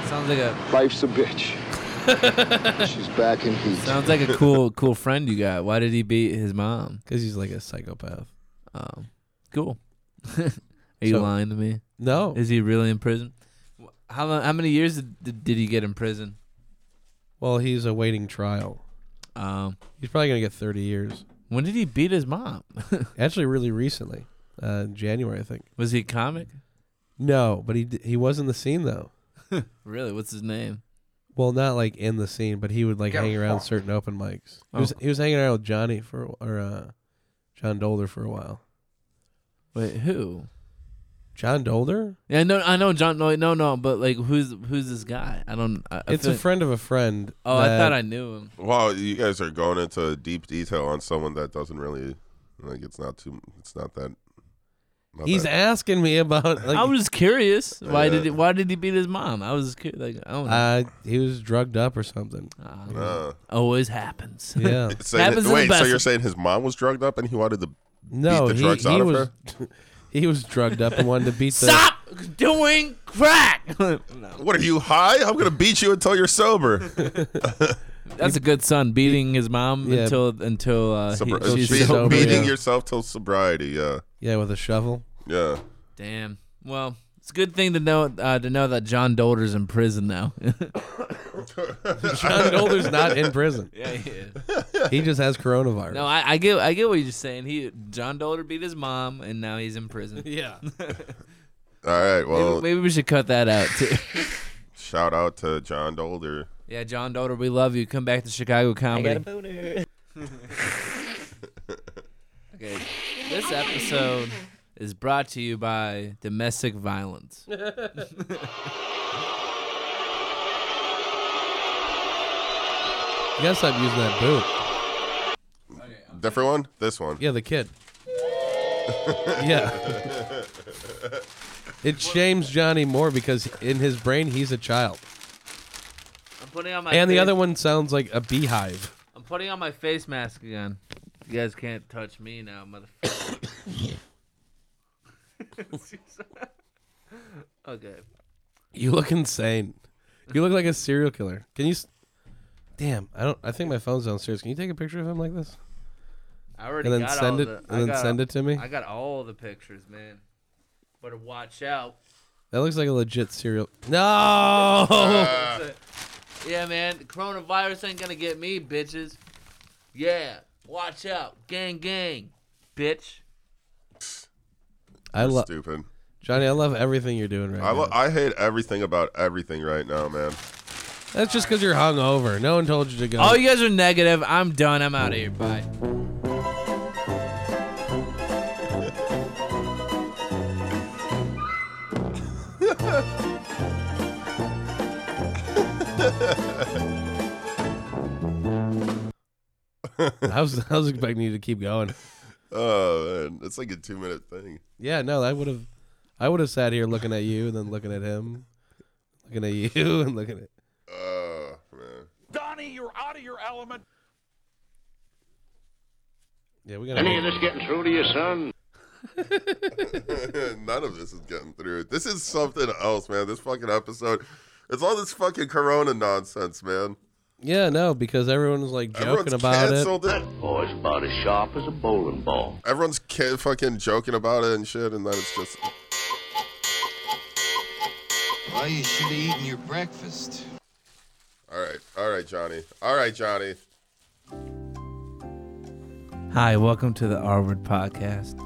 [SPEAKER 7] Sounds like a
[SPEAKER 9] Life's a bitch. She's back in heat.
[SPEAKER 7] sounds like a cool cool friend you got. Why did he beat his mom?
[SPEAKER 3] because he's like a psychopath.
[SPEAKER 7] Oh, cool. Are you
[SPEAKER 3] So-
[SPEAKER 7] lying to me?
[SPEAKER 3] No,
[SPEAKER 7] Is he really in prison? Wh- How long, how many years did, did he get in prison?
[SPEAKER 3] well he's awaiting trial.
[SPEAKER 7] Um,
[SPEAKER 3] He's probably gonna get thirty years.
[SPEAKER 7] when did he beat his mom?
[SPEAKER 3] Actually, really recently, uh, in January I think.
[SPEAKER 7] Was he a comic?
[SPEAKER 3] No, but he d- he was in the scene though.
[SPEAKER 7] Really? What's his name?
[SPEAKER 3] Well, not like in the scene, but he would like hang around certain open mics. He was
[SPEAKER 7] Oh.
[SPEAKER 3] he was hanging around with Johnny for a wh- or uh, John Dolder for a while.
[SPEAKER 7] Wait, who?
[SPEAKER 3] John Dolder?
[SPEAKER 7] Yeah, no, I know John. No, no, no. But like, who's who's this guy? I don't. I, I
[SPEAKER 3] it's
[SPEAKER 7] feel-
[SPEAKER 3] a friend of a friend.
[SPEAKER 7] Oh, I
[SPEAKER 3] that-
[SPEAKER 7] thought I knew him.
[SPEAKER 2] Wow, you guys are going into deep detail on someone that doesn't really like. It's not too. It's not that My
[SPEAKER 3] He's
[SPEAKER 2] bad.
[SPEAKER 3] asking me about. Like,
[SPEAKER 7] I was curious. Why
[SPEAKER 2] Yeah.
[SPEAKER 7] did he, why did he beat his mom? I was curious. Like I don't know.
[SPEAKER 3] uh, he was drugged up or something.
[SPEAKER 7] Ah,
[SPEAKER 2] Uh,
[SPEAKER 7] always happens.
[SPEAKER 3] Yeah.
[SPEAKER 2] saying-
[SPEAKER 7] Happens to the
[SPEAKER 2] wait, so
[SPEAKER 7] best.
[SPEAKER 2] you're saying his mom was drugged up and he wanted to
[SPEAKER 3] No,
[SPEAKER 2] the
[SPEAKER 3] he,
[SPEAKER 2] drugs
[SPEAKER 3] he
[SPEAKER 2] out of
[SPEAKER 3] was he was drugged up and wanted to beat the.
[SPEAKER 7] Stop doing crack. no,
[SPEAKER 2] What are you high? I'm gonna beat you until you're sober.
[SPEAKER 7] that's a good son beating his mom
[SPEAKER 3] Yeah.
[SPEAKER 7] until until uh,
[SPEAKER 2] Sobri-
[SPEAKER 7] he,
[SPEAKER 3] she's
[SPEAKER 2] be-
[SPEAKER 7] she's
[SPEAKER 3] sober,
[SPEAKER 2] beating
[SPEAKER 3] yeah.
[SPEAKER 2] yourself till sobriety. Yeah,
[SPEAKER 3] Yeah, with a shovel.
[SPEAKER 2] yeah.
[SPEAKER 7] Damn. Well, it's a good thing to know uh, to know that John Dolder's in prison now.
[SPEAKER 3] John Golder's not in prison.
[SPEAKER 7] yeah, he is.
[SPEAKER 3] He just has coronavirus.
[SPEAKER 7] No, I, I get I get what you're saying. He John Dolder beat his mom, and now he's in prison.
[SPEAKER 3] yeah.
[SPEAKER 2] All right.
[SPEAKER 7] Maybe,
[SPEAKER 2] Well,
[SPEAKER 7] maybe we should cut that out too.
[SPEAKER 2] shout out to John Dolder.
[SPEAKER 7] yeah, John Dolder, we love you. Come back to Chicago comedy. okay, this episode is brought to you by domestic violence.
[SPEAKER 3] You gotta stop using that boot.
[SPEAKER 2] Different one. This one.
[SPEAKER 3] Yeah, the kid. yeah. it shames Johnny more because in his brain he's a child,
[SPEAKER 7] I'm putting on my
[SPEAKER 3] and the
[SPEAKER 7] face-
[SPEAKER 3] other one sounds like a beehive.
[SPEAKER 7] I'm putting on my face mask again. You guys can't touch me now, motherfucker. okay.
[SPEAKER 3] You look insane. You look like a serial killer. Can you? s Damn, I don't. I think my phone's downstairs. Can you take a picture of him like this,
[SPEAKER 7] I already
[SPEAKER 3] and then
[SPEAKER 7] got
[SPEAKER 3] send
[SPEAKER 7] all
[SPEAKER 3] it,
[SPEAKER 7] the, I
[SPEAKER 3] and then
[SPEAKER 7] got,
[SPEAKER 3] send it to me?
[SPEAKER 7] I got all the pictures, man. Better watch out.
[SPEAKER 3] That looks like a legit serial. No.
[SPEAKER 7] Yeah, man. Coronavirus ain't gonna get me, bitches. Yeah. Watch out. Gang gang. Bitch.
[SPEAKER 3] I
[SPEAKER 2] You're
[SPEAKER 3] love
[SPEAKER 2] stupid.
[SPEAKER 3] Johnny. I love everything you're doing right
[SPEAKER 2] I, lo-
[SPEAKER 3] now.
[SPEAKER 2] I hate everything about everything right now, man.
[SPEAKER 3] That's just because you're hungover. No one told you to go.
[SPEAKER 7] All Oh, you guys are negative. I'm done. I'm out of here. Bye.
[SPEAKER 3] I was I was expecting you to keep going.
[SPEAKER 2] Oh man, it's like a two minute thing.
[SPEAKER 3] Yeah, no, I would have, I would have sat here looking at you and then looking at him, looking at you and looking at.
[SPEAKER 2] Oh man.
[SPEAKER 6] Donnie, you're out of your element.
[SPEAKER 3] Yeah, we gotta.
[SPEAKER 9] this getting through to you, son?
[SPEAKER 2] None of this is getting through. This is something else, man. This fucking episode. It's all this fucking corona nonsense, man.
[SPEAKER 3] Yeah, no, because everyone was like joking
[SPEAKER 2] Everyone's
[SPEAKER 3] about it.
[SPEAKER 2] canceled it.
[SPEAKER 9] Boy's about as sharp as a bowling ball.
[SPEAKER 2] Everyone's ca- fucking joking about it and shit, and then it's just.
[SPEAKER 9] Well, you should have eaten your breakfast.
[SPEAKER 2] All right, all right, Johnny. All right, Johnny.
[SPEAKER 7] Hi, welcome to the R Word Podcast.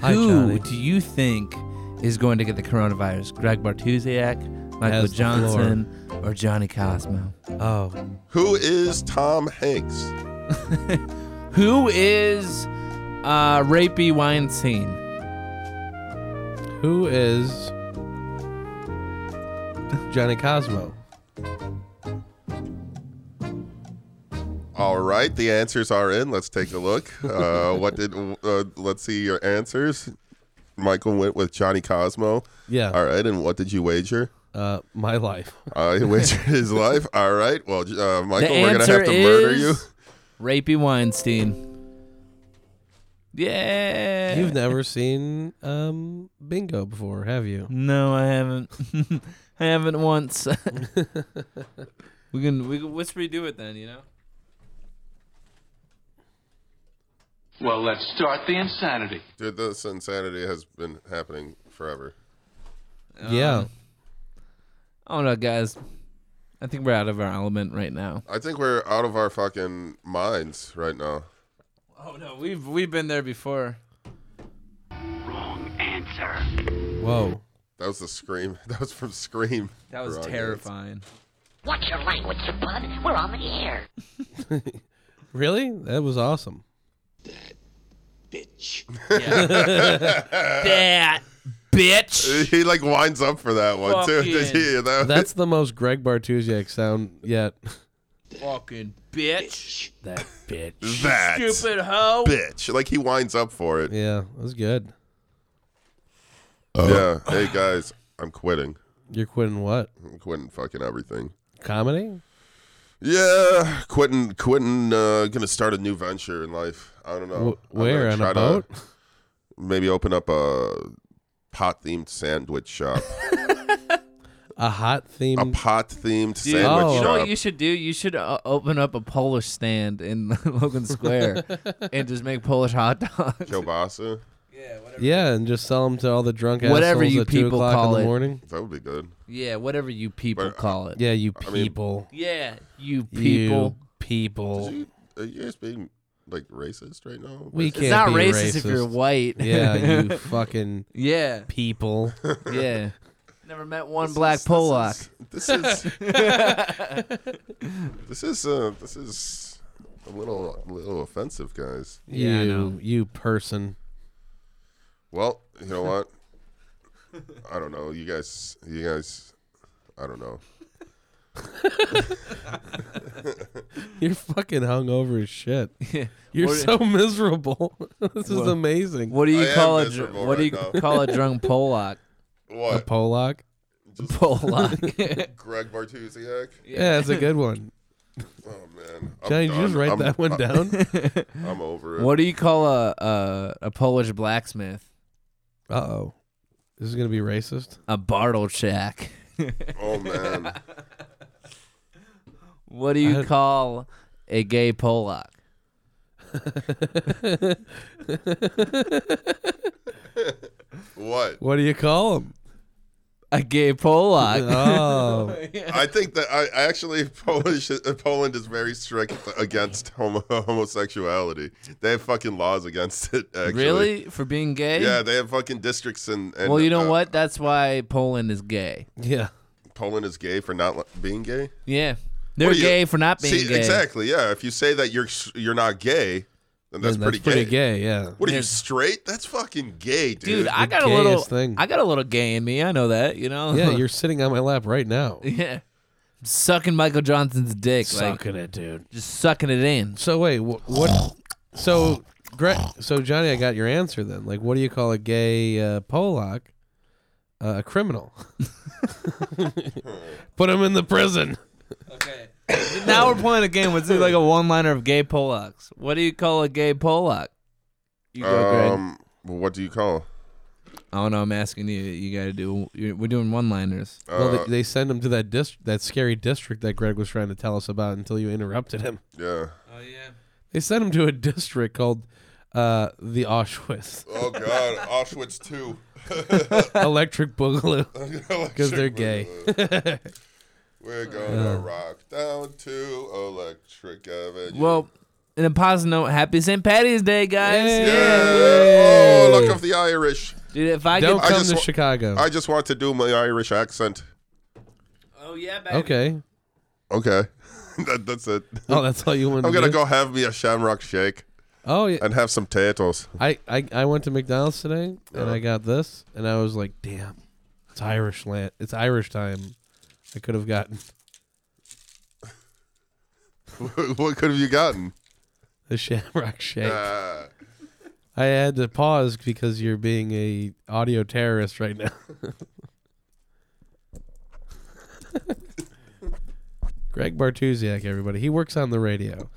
[SPEAKER 3] Hi,
[SPEAKER 7] Who
[SPEAKER 3] Johnny.
[SPEAKER 7] do you think is going to get the coronavirus? Greg Bartusiak, Michael
[SPEAKER 3] Has the
[SPEAKER 7] Johnson, or Johnny Cosmo?
[SPEAKER 3] Oh,
[SPEAKER 2] Who is Tom Hanks?
[SPEAKER 7] Who is uh, Rapey Weinstein?
[SPEAKER 3] who is Johnny Cosmo?
[SPEAKER 2] All right, the answers are in. Let's take a look. Uh, what did? Uh, let's see your answers. Michael went with Johnny Cosmo.
[SPEAKER 3] Yeah,
[SPEAKER 2] All right, and what did you wager?
[SPEAKER 3] uh, my life.
[SPEAKER 2] Uh, he wagered his life. All right. Well, uh,
[SPEAKER 7] The
[SPEAKER 2] Michael, we're gonna
[SPEAKER 7] answer
[SPEAKER 2] have to murder you.
[SPEAKER 7] is Rapey Weinstein. Yeah.
[SPEAKER 3] You've never seen um Bingo before, have you?
[SPEAKER 7] No, I haven't. I haven't once. we can we can let's redo it then, you know.
[SPEAKER 6] Well, let's start the insanity.
[SPEAKER 2] Dude, this insanity has been happening forever.
[SPEAKER 3] yeah,
[SPEAKER 7] I don't know, Oh, guys. I think we're out of our element right now.
[SPEAKER 2] I think we're out of our fucking minds right now.
[SPEAKER 7] Oh no, we've we've been there before.
[SPEAKER 6] Wrong answer.
[SPEAKER 3] whoa.
[SPEAKER 2] That was the scream. That was from Scream.
[SPEAKER 7] That was
[SPEAKER 2] Wrong
[SPEAKER 7] terrifying.
[SPEAKER 10] What's your language, you bud? We're on the air.
[SPEAKER 3] Really? That was awesome.
[SPEAKER 2] Uh,
[SPEAKER 7] That bitch.
[SPEAKER 2] answer. He like winds up for that one too.
[SPEAKER 7] Fucking-
[SPEAKER 2] Did you hear that?
[SPEAKER 3] That's the most Greg Bartusiak sound yet.
[SPEAKER 7] Fucking bitch. That bitch.
[SPEAKER 2] that
[SPEAKER 7] Stupid hoe.
[SPEAKER 2] bitch. Like he winds up for it.
[SPEAKER 3] yeah, that was good.
[SPEAKER 2] Yeah. Hey guys, I'm quitting.
[SPEAKER 3] You're quitting what?
[SPEAKER 2] I'm quitting fucking everything.
[SPEAKER 3] Comedy?
[SPEAKER 2] Yeah, quitting, quitting. Uh, gonna start a new venture in life. I don't know.
[SPEAKER 3] Wh-
[SPEAKER 2] I'm
[SPEAKER 3] where?
[SPEAKER 2] gonna
[SPEAKER 3] On a
[SPEAKER 2] try to
[SPEAKER 3] boat?
[SPEAKER 2] Maybe open up a pot themed sandwich shop.
[SPEAKER 3] A hot
[SPEAKER 2] a
[SPEAKER 3] themed.
[SPEAKER 2] pot themed
[SPEAKER 7] Dude,
[SPEAKER 2] sandwich
[SPEAKER 3] Oh.
[SPEAKER 7] you know
[SPEAKER 2] shop.
[SPEAKER 7] what you should do? You should uh, open up a Polish stand in Logan Square and just make Polish hot dogs.
[SPEAKER 2] Kielbasa.
[SPEAKER 3] yeah, and just sell them to all the drunk
[SPEAKER 7] Whatever
[SPEAKER 3] assholes
[SPEAKER 7] you
[SPEAKER 3] at two
[SPEAKER 7] people
[SPEAKER 3] o'clock
[SPEAKER 7] call
[SPEAKER 3] in
[SPEAKER 7] it.
[SPEAKER 3] the morning.
[SPEAKER 2] That would be good.
[SPEAKER 7] Yeah, whatever you people
[SPEAKER 2] But, uh,
[SPEAKER 7] call it. Yeah,
[SPEAKER 3] Yeah, you
[SPEAKER 2] mean-
[SPEAKER 3] people.
[SPEAKER 7] you
[SPEAKER 3] You
[SPEAKER 7] people.
[SPEAKER 3] people.
[SPEAKER 2] Did you, are you guys being like racist right now?
[SPEAKER 3] We
[SPEAKER 2] Racist?
[SPEAKER 3] can't
[SPEAKER 7] it's not
[SPEAKER 3] be
[SPEAKER 7] racist, if
[SPEAKER 3] racist.
[SPEAKER 7] you're white.
[SPEAKER 3] yeah, you fucking
[SPEAKER 7] yeah,
[SPEAKER 3] people.
[SPEAKER 7] yeah. Never met one black Polak.
[SPEAKER 2] This is this is uh, this is a little little offensive, guys.
[SPEAKER 7] Yeah, I
[SPEAKER 3] you
[SPEAKER 7] know.
[SPEAKER 3] you person.
[SPEAKER 2] Well, you know what? I don't know. You guys, you guys, I don't know.
[SPEAKER 3] You're fucking hungover as shit.
[SPEAKER 7] Yeah.
[SPEAKER 3] You're
[SPEAKER 7] What-
[SPEAKER 3] so miserable. this is
[SPEAKER 7] Well-
[SPEAKER 3] amazing.
[SPEAKER 7] What do you
[SPEAKER 2] I am
[SPEAKER 7] call a dr-
[SPEAKER 2] miserable
[SPEAKER 7] what do you
[SPEAKER 2] right now.
[SPEAKER 7] call a drunk Polak?
[SPEAKER 3] a
[SPEAKER 2] What?
[SPEAKER 3] Polak?
[SPEAKER 2] Just
[SPEAKER 7] Polak.
[SPEAKER 2] Greg Bartusiak?
[SPEAKER 3] Yeah. that's a good one.
[SPEAKER 2] Oh man, I'm
[SPEAKER 3] Johnny, did you
[SPEAKER 2] done.
[SPEAKER 3] just write
[SPEAKER 2] I'm-
[SPEAKER 3] that one
[SPEAKER 2] I'm-
[SPEAKER 3] down?
[SPEAKER 2] I'm over it.
[SPEAKER 7] what do you call a a, a Polish blacksmith?
[SPEAKER 3] Uh oh. This is gonna be racist.
[SPEAKER 7] A Bartlechak.
[SPEAKER 2] Oh man,
[SPEAKER 7] What do you
[SPEAKER 3] I-
[SPEAKER 7] call a gay Polak?
[SPEAKER 2] what?
[SPEAKER 3] What do you call him?
[SPEAKER 7] A gay Polak.
[SPEAKER 3] Oh,
[SPEAKER 2] I think that I I actually Polish uh, Poland is very strict against homo, homosexuality. They have fucking laws against it. Actually.
[SPEAKER 7] really? For being gay?
[SPEAKER 2] Yeah, they have fucking districts and. and
[SPEAKER 7] well, you know
[SPEAKER 2] uh,
[SPEAKER 7] what? That's why Poland is gay.
[SPEAKER 3] yeah.
[SPEAKER 2] Poland is gay for not li- being gay.
[SPEAKER 7] Yeah. They're
[SPEAKER 2] What do you-
[SPEAKER 7] gay for not being
[SPEAKER 2] See,
[SPEAKER 7] gay.
[SPEAKER 2] exactly. Yeah, if you say that you're s- you're not gay, then that's,
[SPEAKER 3] Man,
[SPEAKER 2] pretty, gay.
[SPEAKER 3] Yeah.
[SPEAKER 2] What are you
[SPEAKER 7] Yeah.
[SPEAKER 2] straight? That's fucking gay, dude.
[SPEAKER 7] Dude, I
[SPEAKER 3] The
[SPEAKER 7] got a little
[SPEAKER 3] gayest thing.
[SPEAKER 7] I got a little gay in me. I know that, you know.
[SPEAKER 3] Yeah, you're sitting on my lap right now.
[SPEAKER 7] Yeah. Sucking Michael Johnson's dick, like
[SPEAKER 3] it, dude.
[SPEAKER 7] just sucking it in.
[SPEAKER 3] So wait, wh- what? So Greg, so Johnny, I got your answer then. Like, what do you call a gay uh, Polak? Uh, a criminal. Put him in the prison.
[SPEAKER 7] now we're playing a game. Let's do like a one-liner of gay Polacks. What do you call a gay Polak? You go, Greg.
[SPEAKER 2] um, well, what do you call?
[SPEAKER 7] Oh no, I'm asking you. You got to do. you we're doing one-liners.
[SPEAKER 2] Uh,
[SPEAKER 3] well, they, they send him to that dist- that scary district that Greg was trying to tell us about until you interrupted him.
[SPEAKER 2] yeah.
[SPEAKER 3] They sent him to a district called uh, the Auschwitz
[SPEAKER 2] Oh God, Auschwitz two.
[SPEAKER 3] Electric Boogaloo because they're gay.
[SPEAKER 2] We're gonna rock down to Electric Avenue.
[SPEAKER 7] Well, in a positive note, happy St. Patty's Day, guys.
[SPEAKER 3] Yay.
[SPEAKER 7] Yeah.
[SPEAKER 2] Yeah. Oh, look of the Irish.
[SPEAKER 7] Dude, if I
[SPEAKER 3] Don't
[SPEAKER 7] could.
[SPEAKER 2] I
[SPEAKER 3] come
[SPEAKER 2] just
[SPEAKER 3] to
[SPEAKER 2] wa-
[SPEAKER 3] Chicago.
[SPEAKER 2] I just want to do my Irish accent.
[SPEAKER 7] Oh yeah, baby.
[SPEAKER 3] okay.
[SPEAKER 2] Okay, that, that's it.
[SPEAKER 3] Oh, that's all you want.
[SPEAKER 2] I'm
[SPEAKER 3] to
[SPEAKER 2] gonna
[SPEAKER 3] do?
[SPEAKER 2] go have me a Shamrock Shake
[SPEAKER 3] Oh yeah.
[SPEAKER 2] and have some potatoes.
[SPEAKER 3] I, I, I went to McDonald's today and I got this and I was like, damn, it's Irish land, it's Irish time. I could have gotten
[SPEAKER 2] what could have you gotten?
[SPEAKER 3] the Shamrock Shake.
[SPEAKER 2] Uh,
[SPEAKER 3] I had to pause because you're being a audio terrorist right now. Greg Bartusiak, everybody, he works on the radio.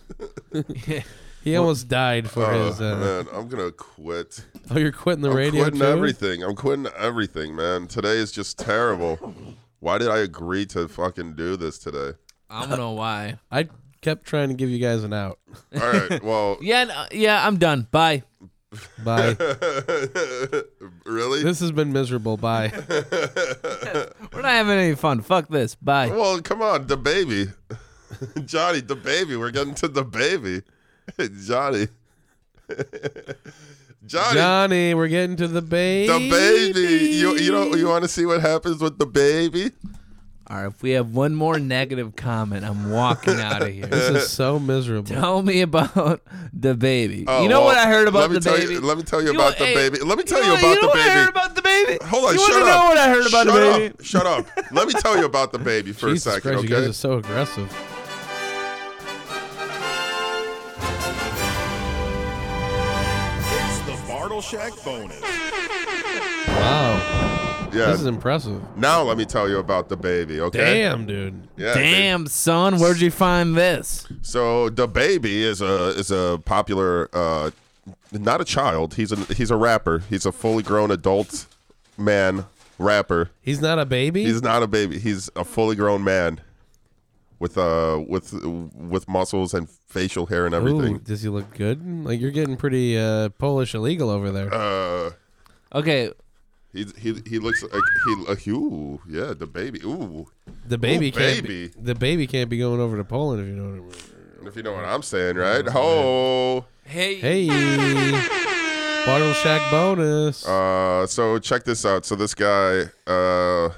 [SPEAKER 3] he almost died for
[SPEAKER 2] oh,
[SPEAKER 3] his. Uh,
[SPEAKER 2] man, I'm gonna quit.
[SPEAKER 3] oh, you're quitting the
[SPEAKER 2] I'm
[SPEAKER 3] radio
[SPEAKER 2] quitting
[SPEAKER 3] too?
[SPEAKER 2] everything. I'm quitting everything, man. Today is just terrible. Why did I agree to fucking do this today?
[SPEAKER 7] I don't know why.
[SPEAKER 3] I kept trying to give you guys an out.
[SPEAKER 2] All right, well,
[SPEAKER 7] Yeah, no, yeah, I'm done. Bye.
[SPEAKER 3] Bye.
[SPEAKER 2] really?
[SPEAKER 3] this has been miserable. Bye.
[SPEAKER 7] We're not having any fun. Fuck this. Bye.
[SPEAKER 2] Well, come on, the baby, Johnny, the baby. We're getting to the baby, Johnny, Johnny,
[SPEAKER 3] Johnny, we're getting to the baby.
[SPEAKER 2] the baby. You you know you want to see what happens with the baby?
[SPEAKER 7] All right, if we have one more negative comment, I'm walking out of here.
[SPEAKER 3] This is so miserable.
[SPEAKER 7] Tell me about the baby.
[SPEAKER 2] Oh,
[SPEAKER 7] you know
[SPEAKER 2] well,
[SPEAKER 7] what I heard
[SPEAKER 2] let
[SPEAKER 7] about
[SPEAKER 2] me
[SPEAKER 7] the
[SPEAKER 2] tell
[SPEAKER 7] baby?
[SPEAKER 2] You, let me tell you,
[SPEAKER 7] You
[SPEAKER 2] about
[SPEAKER 7] know-
[SPEAKER 2] the
[SPEAKER 7] hey,
[SPEAKER 2] baby. Let me tell you,
[SPEAKER 7] know-
[SPEAKER 2] about
[SPEAKER 7] know
[SPEAKER 2] the
[SPEAKER 7] what I heard
[SPEAKER 2] baby.
[SPEAKER 7] about the baby?
[SPEAKER 2] Hold on,
[SPEAKER 7] you
[SPEAKER 2] shut
[SPEAKER 7] wanna
[SPEAKER 2] up.
[SPEAKER 7] know what I heard about
[SPEAKER 2] shut
[SPEAKER 7] the baby?
[SPEAKER 2] Up, shut up. Let me tell you about the baby for
[SPEAKER 3] Jesus
[SPEAKER 2] a second,
[SPEAKER 3] Christ, you
[SPEAKER 2] okay?
[SPEAKER 3] guys are so aggressive.
[SPEAKER 8] It's the Bartle Shack bonus.
[SPEAKER 3] Wow.
[SPEAKER 2] Yeah.
[SPEAKER 3] This is impressive.
[SPEAKER 2] now let me tell you about the baby. Okay.
[SPEAKER 3] Damn, dude.
[SPEAKER 2] Yeah, they-
[SPEAKER 7] Damn, son, where'd you find this?
[SPEAKER 2] So the baby is a is a popular uh not a child. He's a he's a rapper. He's a fully grown adult man rapper.
[SPEAKER 3] He's not a baby.
[SPEAKER 2] He's not a baby. He's a fully grown man with uh with with muscles and facial hair and
[SPEAKER 3] Ooh,
[SPEAKER 2] everything.
[SPEAKER 3] does he look good? Like you're getting pretty uh, Polish illegal over there.
[SPEAKER 2] Uh
[SPEAKER 7] Okay,
[SPEAKER 2] he he he looks like he like ooh, yeah, the baby. Ooh.
[SPEAKER 3] the baby
[SPEAKER 2] ooh,
[SPEAKER 3] can't.
[SPEAKER 2] baby.
[SPEAKER 3] Be, the baby can't be going over to Poland if you know what I mean.
[SPEAKER 2] If you know what I'm saying, right? Ho.
[SPEAKER 7] hey,
[SPEAKER 3] Hey, bottle shack bonus.
[SPEAKER 2] Uh, so check this out. So this guy, uh,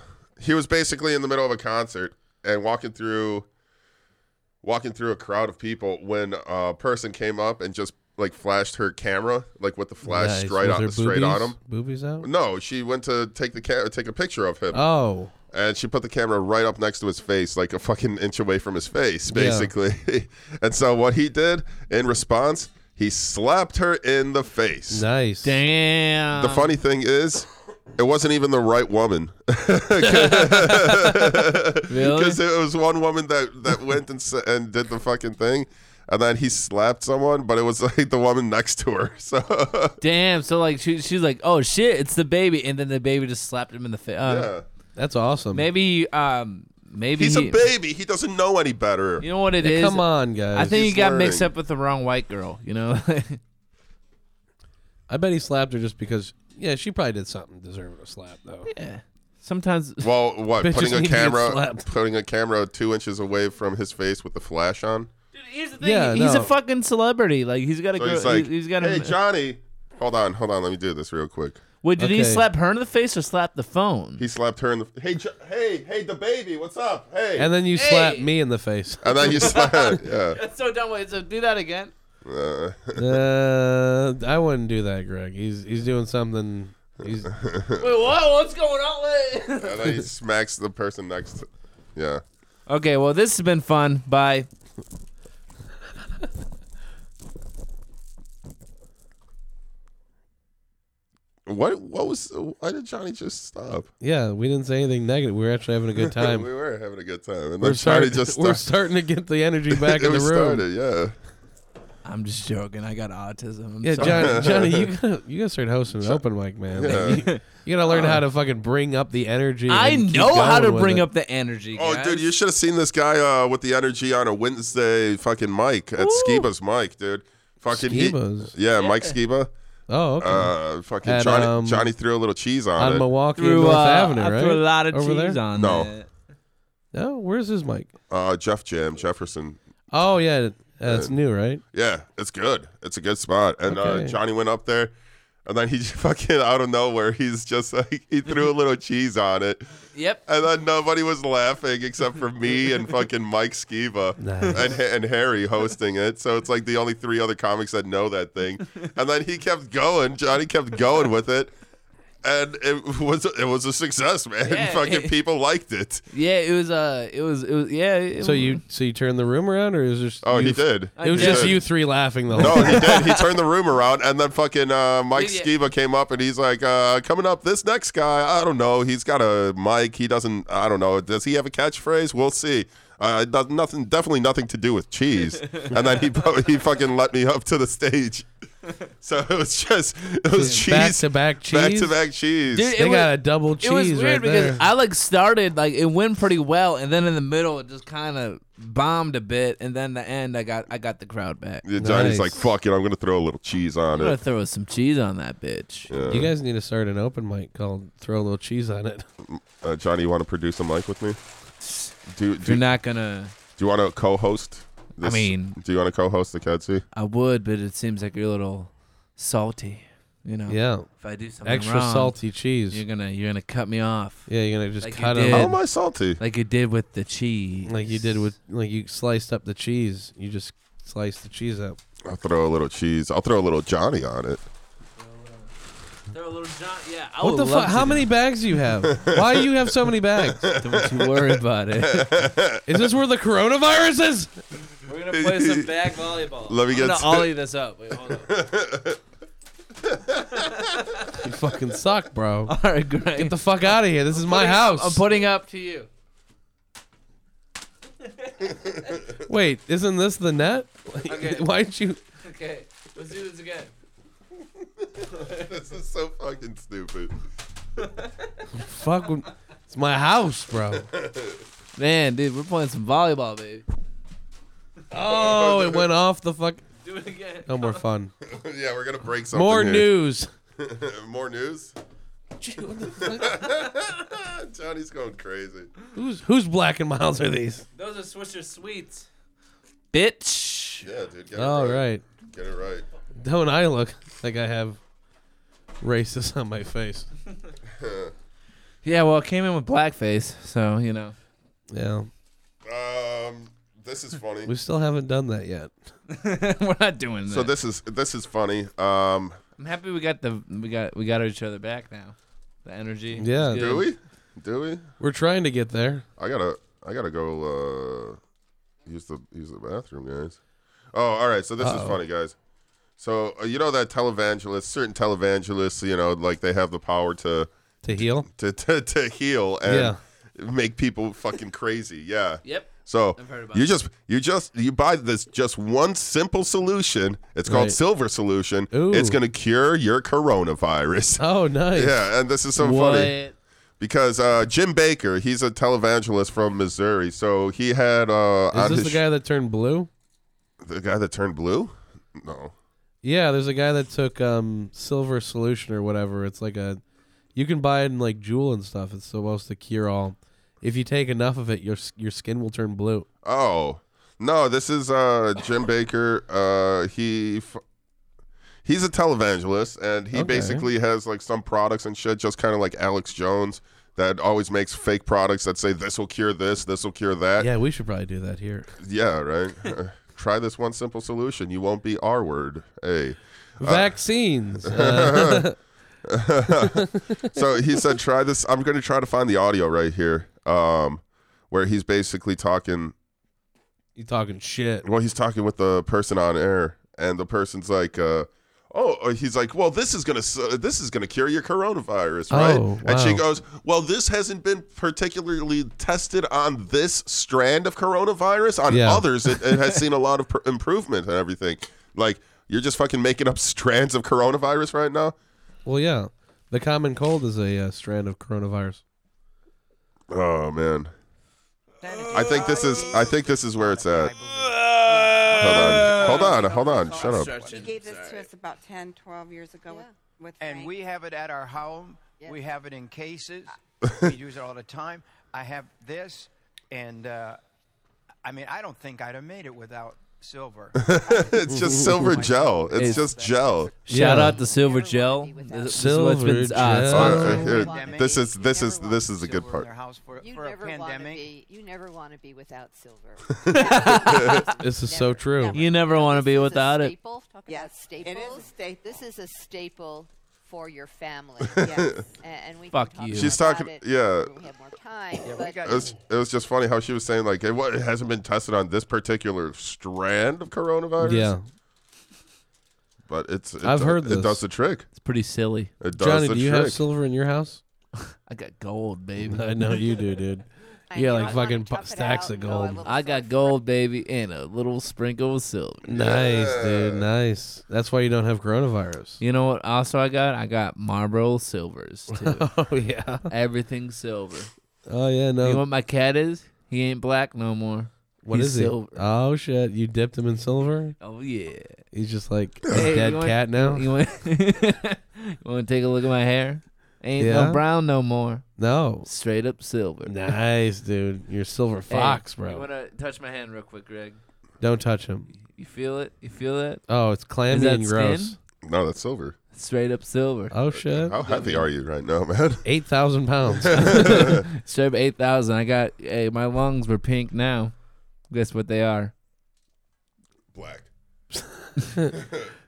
[SPEAKER 2] he was basically in the middle of a concert and walking through, walking through a crowd of people when a person came up and just like flashed her camera, like with the flash
[SPEAKER 3] Nice.
[SPEAKER 2] straight
[SPEAKER 3] Was
[SPEAKER 2] on
[SPEAKER 3] there
[SPEAKER 2] straight on
[SPEAKER 3] boobies-
[SPEAKER 2] him.
[SPEAKER 3] Boobies out.
[SPEAKER 2] No, she went to take the ca- take a picture of him,
[SPEAKER 3] Oh,
[SPEAKER 2] and she put the camera right up next to his face, like a fucking inch away from his face, basically. and so what he did in response, he slapped her in the face.
[SPEAKER 3] nice.
[SPEAKER 7] damn.
[SPEAKER 2] The funny thing is, it wasn't even the right woman.
[SPEAKER 7] Really?
[SPEAKER 2] Because it was one woman that, that went and, s- and did the fucking thing. And then he slapped someone, but it was like the woman next to her. So
[SPEAKER 7] Uh, Damn. So like she, she's like, oh shit, it's the baby, and then the baby just slapped him in the face.
[SPEAKER 2] yeah.
[SPEAKER 7] Uh,
[SPEAKER 3] That's awesome.
[SPEAKER 7] Maybe, um, maybe
[SPEAKER 2] he's
[SPEAKER 7] he-
[SPEAKER 2] a baby. He doesn't know any better.
[SPEAKER 7] You know what it is?
[SPEAKER 3] Yeah, Come on, guys.
[SPEAKER 7] I think he
[SPEAKER 2] He's
[SPEAKER 7] got mixed
[SPEAKER 2] learning.
[SPEAKER 7] up with the wrong white girl. You know.
[SPEAKER 3] I bet he slapped her just because. Yeah, she probably did something deserving of a slap though.
[SPEAKER 7] yeah. Sometimes.
[SPEAKER 2] Well, what
[SPEAKER 3] Bitches
[SPEAKER 2] putting a
[SPEAKER 3] need to get
[SPEAKER 2] camera,
[SPEAKER 3] slapped.
[SPEAKER 2] putting a camera two inches away from his face with the flash on.
[SPEAKER 7] Here's the thing.
[SPEAKER 3] Yeah,
[SPEAKER 7] he's
[SPEAKER 3] no.
[SPEAKER 7] a fucking celebrity. Like he's got a
[SPEAKER 2] So
[SPEAKER 7] girl.
[SPEAKER 2] he's like,
[SPEAKER 7] he- he's got uh,
[SPEAKER 2] "Hey,
[SPEAKER 7] a.
[SPEAKER 2] Johnny, hold on, hold on. Let me do this real quick."
[SPEAKER 7] Wait, did he
[SPEAKER 3] Okay.
[SPEAKER 7] slap her in the face or slap the phone?
[SPEAKER 2] He slapped her in the. Hey, jo- hey, hey, the baby, what's up? Hey,
[SPEAKER 3] And then you slapped me in the face.
[SPEAKER 2] and then you slapped. Yeah.
[SPEAKER 7] That's so dumb. Wait, so do that again.
[SPEAKER 2] Uh,
[SPEAKER 3] Uh, I wouldn't do that, Greg. He's he's doing something. He's
[SPEAKER 7] Wait, whoa, what's going on?
[SPEAKER 2] and then he smacks the person next. to- yeah.
[SPEAKER 7] okay, well, this has been fun. Bye.
[SPEAKER 2] What? What was? Why did Johnny just stop?
[SPEAKER 3] yeah. We didn't say anything negative. We were actually having a good time.
[SPEAKER 2] we were having a good time, and
[SPEAKER 3] we're
[SPEAKER 2] then Johnny
[SPEAKER 3] starting.
[SPEAKER 2] just
[SPEAKER 3] we're
[SPEAKER 2] stopped.
[SPEAKER 3] starting to get the energy back in the
[SPEAKER 2] we
[SPEAKER 3] room.
[SPEAKER 2] started. Yeah.
[SPEAKER 7] I'm just joking. I got autism. I'm
[SPEAKER 3] Yeah,
[SPEAKER 7] sorry.
[SPEAKER 3] Johnny, Johnny, you gotta you gotta start hosting an open mic, man. Like, you, you gotta
[SPEAKER 2] Uh,
[SPEAKER 3] learn how to fucking bring up the energy.
[SPEAKER 7] I
[SPEAKER 3] and keep
[SPEAKER 7] know how
[SPEAKER 3] going
[SPEAKER 7] to
[SPEAKER 3] with
[SPEAKER 7] bring
[SPEAKER 3] it.
[SPEAKER 7] up the energy.
[SPEAKER 2] Oh,
[SPEAKER 7] guys.
[SPEAKER 2] dude, you should have seen this guy uh, with the energy on a Wednesday fucking mic at Skiba's mic, dude. Fucking he-
[SPEAKER 3] Skiba's?
[SPEAKER 2] yeah, Mike Skiba.
[SPEAKER 3] Oh, okay.
[SPEAKER 2] Uh, fucking
[SPEAKER 3] At,
[SPEAKER 2] Johnny.
[SPEAKER 3] um,
[SPEAKER 2] Johnny threw a little cheese on,
[SPEAKER 3] on
[SPEAKER 2] it.
[SPEAKER 3] Milwaukee and
[SPEAKER 7] threw,
[SPEAKER 3] North
[SPEAKER 7] uh,
[SPEAKER 3] Avenue,
[SPEAKER 7] I
[SPEAKER 3] right?
[SPEAKER 7] threw a lot of
[SPEAKER 3] Over
[SPEAKER 7] cheese
[SPEAKER 3] there?
[SPEAKER 7] on
[SPEAKER 2] No.
[SPEAKER 7] that.
[SPEAKER 3] Oh, where's his mic?
[SPEAKER 2] uh, Jeff Jam Jefferson.
[SPEAKER 3] Oh yeah, uh, that's new, right?
[SPEAKER 2] Yeah, it's good. It's a good spot. And
[SPEAKER 3] Okay.
[SPEAKER 2] uh, Johnny went up there, and then he just fucking out of nowhere, he's just like he threw a little cheese on it,
[SPEAKER 7] Yep.
[SPEAKER 2] and then nobody was laughing except for me and fucking Mike Skiba
[SPEAKER 3] Nice.
[SPEAKER 2] and and Harry hosting it. So it's like the only three other comics that know that thing. And then he kept going. Johnny kept going with it. And it was it was a success, man.
[SPEAKER 7] Yeah.
[SPEAKER 2] Fucking people liked it.
[SPEAKER 7] Yeah, it was. Uh, it was. It was. Yeah. It
[SPEAKER 3] So
[SPEAKER 7] was-
[SPEAKER 3] you so you turned the room around, or is just
[SPEAKER 2] Oh,
[SPEAKER 3] you
[SPEAKER 2] he did.
[SPEAKER 3] It was
[SPEAKER 2] He
[SPEAKER 3] just
[SPEAKER 2] did.
[SPEAKER 3] you three laughing the whole.
[SPEAKER 2] No, he did. He turned the room around, and then fucking uh, Mike
[SPEAKER 7] Yeah, yeah.
[SPEAKER 2] Skiba came up, and he's like, uh, "Coming up, this next guy, I don't know. He's got a mic. He doesn't. I don't know. Does he have a catchphrase? We'll see. Uh, it does nothing. Definitely nothing to do with cheese." and then he pu- he fucking let me up to the stage. So it was just it was cheese
[SPEAKER 3] Back to back cheese.
[SPEAKER 2] back to back cheese.
[SPEAKER 7] Dude, it
[SPEAKER 3] They
[SPEAKER 7] was-
[SPEAKER 3] got a double
[SPEAKER 7] It was
[SPEAKER 3] cheese
[SPEAKER 7] weird
[SPEAKER 3] right
[SPEAKER 7] because
[SPEAKER 3] there.
[SPEAKER 7] I like started like it went pretty well, and then in the middle it just kind of bombed a bit, and then the end I got I got the crowd back.
[SPEAKER 2] Yeah, Johnny's
[SPEAKER 3] Nice.
[SPEAKER 2] like, "Fuck it, I'm gonna throw a little cheese on
[SPEAKER 7] I'm gonna
[SPEAKER 2] it."
[SPEAKER 7] throw some cheese on that bitch.
[SPEAKER 3] you guys need to start an open mic called "Throw a Little Cheese on It."
[SPEAKER 2] Uh, Johnny, you want to produce a mic with me? Do
[SPEAKER 7] If
[SPEAKER 2] do,
[SPEAKER 7] you're not gonna,
[SPEAKER 2] do you want to co-host? This?
[SPEAKER 7] mean-
[SPEAKER 2] do you want to co-host the Kedzie?
[SPEAKER 7] I would, but it seems like you're a little salty. You know.
[SPEAKER 3] Yeah,
[SPEAKER 7] If I do something
[SPEAKER 3] extra
[SPEAKER 7] wrong,
[SPEAKER 3] salty cheese.
[SPEAKER 7] you're gonna you're gonna cut me off
[SPEAKER 3] yeah, you're gonna just
[SPEAKER 7] Like you
[SPEAKER 3] cut
[SPEAKER 7] did.
[SPEAKER 3] them
[SPEAKER 2] How
[SPEAKER 7] Yeah.
[SPEAKER 2] am I salty?
[SPEAKER 7] like you did with the cheese.
[SPEAKER 3] like you did with like you sliced up the cheese. You just sliced the cheese up.
[SPEAKER 2] I'll throw a little cheese. I'll throw a little Johnny on it.
[SPEAKER 7] Throw a little John. Yeah. I
[SPEAKER 3] What
[SPEAKER 7] would
[SPEAKER 3] the
[SPEAKER 7] love
[SPEAKER 3] fuck?
[SPEAKER 7] to
[SPEAKER 3] How
[SPEAKER 7] do
[SPEAKER 3] many bags do you have? Why do you have so many bags?
[SPEAKER 7] Don't you worry about it.
[SPEAKER 3] Is this where the coronavirus is?
[SPEAKER 7] We're gonna play some bag volleyball.
[SPEAKER 2] Let me get
[SPEAKER 7] I'm gonna
[SPEAKER 2] s-
[SPEAKER 7] ollie this up. Wait, hold on.
[SPEAKER 3] You fucking suck, bro.
[SPEAKER 7] All right, great.
[SPEAKER 3] Get the fuck out of here. This is my house.
[SPEAKER 7] I'm putting up to you.
[SPEAKER 3] Wait, isn't this the net? Why'd you?
[SPEAKER 7] Okay, let's do this again.
[SPEAKER 2] this is so fucking stupid.
[SPEAKER 3] Fuck. with- It's my house, bro.
[SPEAKER 7] Man, dude, we're playing some volleyball, baby.
[SPEAKER 3] Oh, it went off the fuck.
[SPEAKER 7] Do it again.
[SPEAKER 3] No more fun.
[SPEAKER 2] yeah, we're gonna break something.
[SPEAKER 3] More
[SPEAKER 2] here.
[SPEAKER 3] news.
[SPEAKER 2] More news. Johnny's going crazy.
[SPEAKER 3] Who's who's black and miles are these?
[SPEAKER 7] Those are Swisher sweets. Bitch.
[SPEAKER 2] Yeah, dude. Get
[SPEAKER 3] All
[SPEAKER 2] it right.
[SPEAKER 3] right.
[SPEAKER 2] Get it right.
[SPEAKER 3] Don't I look like I have racist on my face?
[SPEAKER 7] Yeah, well, it came in with blackface, so you know.
[SPEAKER 3] Yeah,
[SPEAKER 2] Um, this is funny.
[SPEAKER 3] we still haven't done that yet.
[SPEAKER 7] we're not doing that.
[SPEAKER 2] So this is this is funny. Um,
[SPEAKER 7] I'm happy we got the we got we got each other back now. The energy. was
[SPEAKER 3] Yeah.
[SPEAKER 7] good.
[SPEAKER 2] do we? Do we?
[SPEAKER 3] We're trying to get there.
[SPEAKER 2] I gotta I gotta go uh use the use the bathroom, guys. Oh, all right. So this is
[SPEAKER 3] Uh-oh.
[SPEAKER 2] funny, guys. So uh, you know that televangelists, certain televangelists, you know, like they have the power to
[SPEAKER 3] To heal?
[SPEAKER 2] to to, to heal and make people fucking crazy. Yeah.
[SPEAKER 7] Yep.
[SPEAKER 2] So
[SPEAKER 7] heard about
[SPEAKER 2] you
[SPEAKER 7] it.
[SPEAKER 2] just you just you buy this just one simple solution. It's called
[SPEAKER 3] Right.
[SPEAKER 2] Silver Solution.
[SPEAKER 3] Ooh.
[SPEAKER 2] It's gonna cure your coronavirus.
[SPEAKER 3] Oh, nice.
[SPEAKER 2] Yeah, and this is so
[SPEAKER 7] What?
[SPEAKER 2] funny because uh, Jim Baker, he's a televangelist from Missouri. So he had uh,
[SPEAKER 3] Is
[SPEAKER 2] on
[SPEAKER 3] this
[SPEAKER 2] his
[SPEAKER 3] the guy that turned blue?
[SPEAKER 2] the guy that turned blue. No,
[SPEAKER 3] Yeah, there's a guy that took um silver solution or whatever. It's like a you can buy it in like Jewel and stuff. It's supposed to cure all. If you take enough of it, your s- your skin will turn blue.
[SPEAKER 2] oh no, this is uh, Jim Baker. Uh, he. F- He's a televangelist, and he
[SPEAKER 3] Okay.
[SPEAKER 2] basically has like some products and shit, just kind of like Alex Jones, that always makes fake products that say this will cure this, this will cure that.
[SPEAKER 3] Yeah, we should probably do that here.
[SPEAKER 2] Yeah, right. Uh, Try this one simple solution. You won't be R word. Hey.
[SPEAKER 3] Vaccines. Uh,
[SPEAKER 2] so he said, "Try this." I'm going to try to find the audio right here, um, where he's basically talking.
[SPEAKER 3] you talking shit?
[SPEAKER 2] Well, he's talking with the person on air, and the person's like, uh, "Oh," uh, he's like, "Well, this is going to this is going to cure your coronavirus, right?"
[SPEAKER 3] Oh,
[SPEAKER 2] And she
[SPEAKER 3] wow.
[SPEAKER 2] goes, "Well, this hasn't been particularly tested on this strand of coronavirus. On
[SPEAKER 3] Yeah.
[SPEAKER 2] others, it, it has seen a lot of pr- improvement and everything. Like, you're just fucking making up strands of coronavirus right now."
[SPEAKER 3] Well, yeah. The common cold is a uh, strand of coronavirus.
[SPEAKER 2] Oh man. I think this is I think this is where it's at. Hold on. Hold on. Hold on. Shut up.
[SPEAKER 7] Stretching.
[SPEAKER 10] about 10, 12 years ago with,
[SPEAKER 5] And we have it at our home. We have it in cases. we use it all the time. I have this, and uh, I mean, I don't think I'd have made it without silver.
[SPEAKER 2] It's just silver gel. It's just gel.
[SPEAKER 7] Shout
[SPEAKER 3] Yeah.
[SPEAKER 7] out to Silver Gel. This, this
[SPEAKER 3] Silver
[SPEAKER 7] is what's been, uh,
[SPEAKER 3] Gel.
[SPEAKER 7] sponsored.
[SPEAKER 2] Uh, here,
[SPEAKER 5] Pandemic.
[SPEAKER 2] this is this is
[SPEAKER 5] Never
[SPEAKER 2] this is a good
[SPEAKER 5] silver in
[SPEAKER 2] part.
[SPEAKER 5] their house for,
[SPEAKER 10] You
[SPEAKER 5] for a
[SPEAKER 10] never want to
[SPEAKER 5] pandemic.
[SPEAKER 10] be. You never want to be without silver.
[SPEAKER 3] This is so true.
[SPEAKER 7] You never want to be
[SPEAKER 10] This is a
[SPEAKER 7] without it.
[SPEAKER 10] Staple. Talk about staples. It is a staple. This is a staple for your family. A- And we can
[SPEAKER 7] Fuck
[SPEAKER 10] talk
[SPEAKER 7] you.
[SPEAKER 10] more
[SPEAKER 2] She's
[SPEAKER 10] about
[SPEAKER 2] talking-
[SPEAKER 10] it
[SPEAKER 2] yeah.
[SPEAKER 10] when We have more time.
[SPEAKER 5] Yeah, we
[SPEAKER 10] but
[SPEAKER 2] It was, it was just funny how she was saying like it, wa- it hasn't been tested on this particular strand of coronavirus.
[SPEAKER 3] Yeah.
[SPEAKER 2] but it's it
[SPEAKER 3] I've
[SPEAKER 2] do-
[SPEAKER 3] heard
[SPEAKER 2] it
[SPEAKER 3] this.
[SPEAKER 2] does the trick.
[SPEAKER 7] It's pretty silly.
[SPEAKER 2] It does
[SPEAKER 3] Johnny,
[SPEAKER 2] the
[SPEAKER 3] do you
[SPEAKER 2] trick.
[SPEAKER 3] have silver in your house?
[SPEAKER 7] I got gold, baby.
[SPEAKER 3] I know you do, dude.
[SPEAKER 10] I
[SPEAKER 3] Yeah,
[SPEAKER 10] do
[SPEAKER 3] like
[SPEAKER 10] not wanna
[SPEAKER 3] fucking
[SPEAKER 10] tough it
[SPEAKER 3] stacks
[SPEAKER 10] out
[SPEAKER 3] of
[SPEAKER 10] and go a
[SPEAKER 3] gold.
[SPEAKER 10] little
[SPEAKER 7] I got
[SPEAKER 10] silver.
[SPEAKER 7] gold, baby, and a little sprinkle of silver.
[SPEAKER 3] Nice, dude. Nice. That's why you don't have coronavirus.
[SPEAKER 7] You know what? Also, I got I got Marlboro silvers too.
[SPEAKER 3] Oh yeah.
[SPEAKER 7] Everything silver.
[SPEAKER 3] Oh yeah.
[SPEAKER 7] You know
[SPEAKER 3] No.
[SPEAKER 7] what my cat is? He ain't black no more.
[SPEAKER 3] What
[SPEAKER 7] he's
[SPEAKER 3] is he?
[SPEAKER 7] silver.
[SPEAKER 3] Oh shit. You dipped him in silver.
[SPEAKER 7] Oh yeah.
[SPEAKER 3] He's just like a
[SPEAKER 7] Hey,
[SPEAKER 3] dead
[SPEAKER 7] you want-
[SPEAKER 3] cat now.
[SPEAKER 7] You want? you want to take a look at my hair? Ain't
[SPEAKER 3] Yeah?
[SPEAKER 7] no brown no more.
[SPEAKER 3] no.
[SPEAKER 7] Straight up silver.
[SPEAKER 3] Nice, dude. You're silver
[SPEAKER 7] Hey,
[SPEAKER 3] fox,
[SPEAKER 7] You
[SPEAKER 3] bro.
[SPEAKER 7] want to touch my hand real quick, Greg?
[SPEAKER 3] Don't touch him.
[SPEAKER 7] You feel it? You feel it?
[SPEAKER 3] Oh, it's clammy
[SPEAKER 7] Is that
[SPEAKER 3] and gross.
[SPEAKER 7] skin?
[SPEAKER 2] No, that's silver.
[SPEAKER 7] Straight up silver.
[SPEAKER 3] Oh shit.
[SPEAKER 2] How heavy are you right now, man?
[SPEAKER 3] Eight thousand pounds.
[SPEAKER 7] Straight up eight thousand. I got. Hey, my lungs were pink now. Guess what they are?
[SPEAKER 2] Black.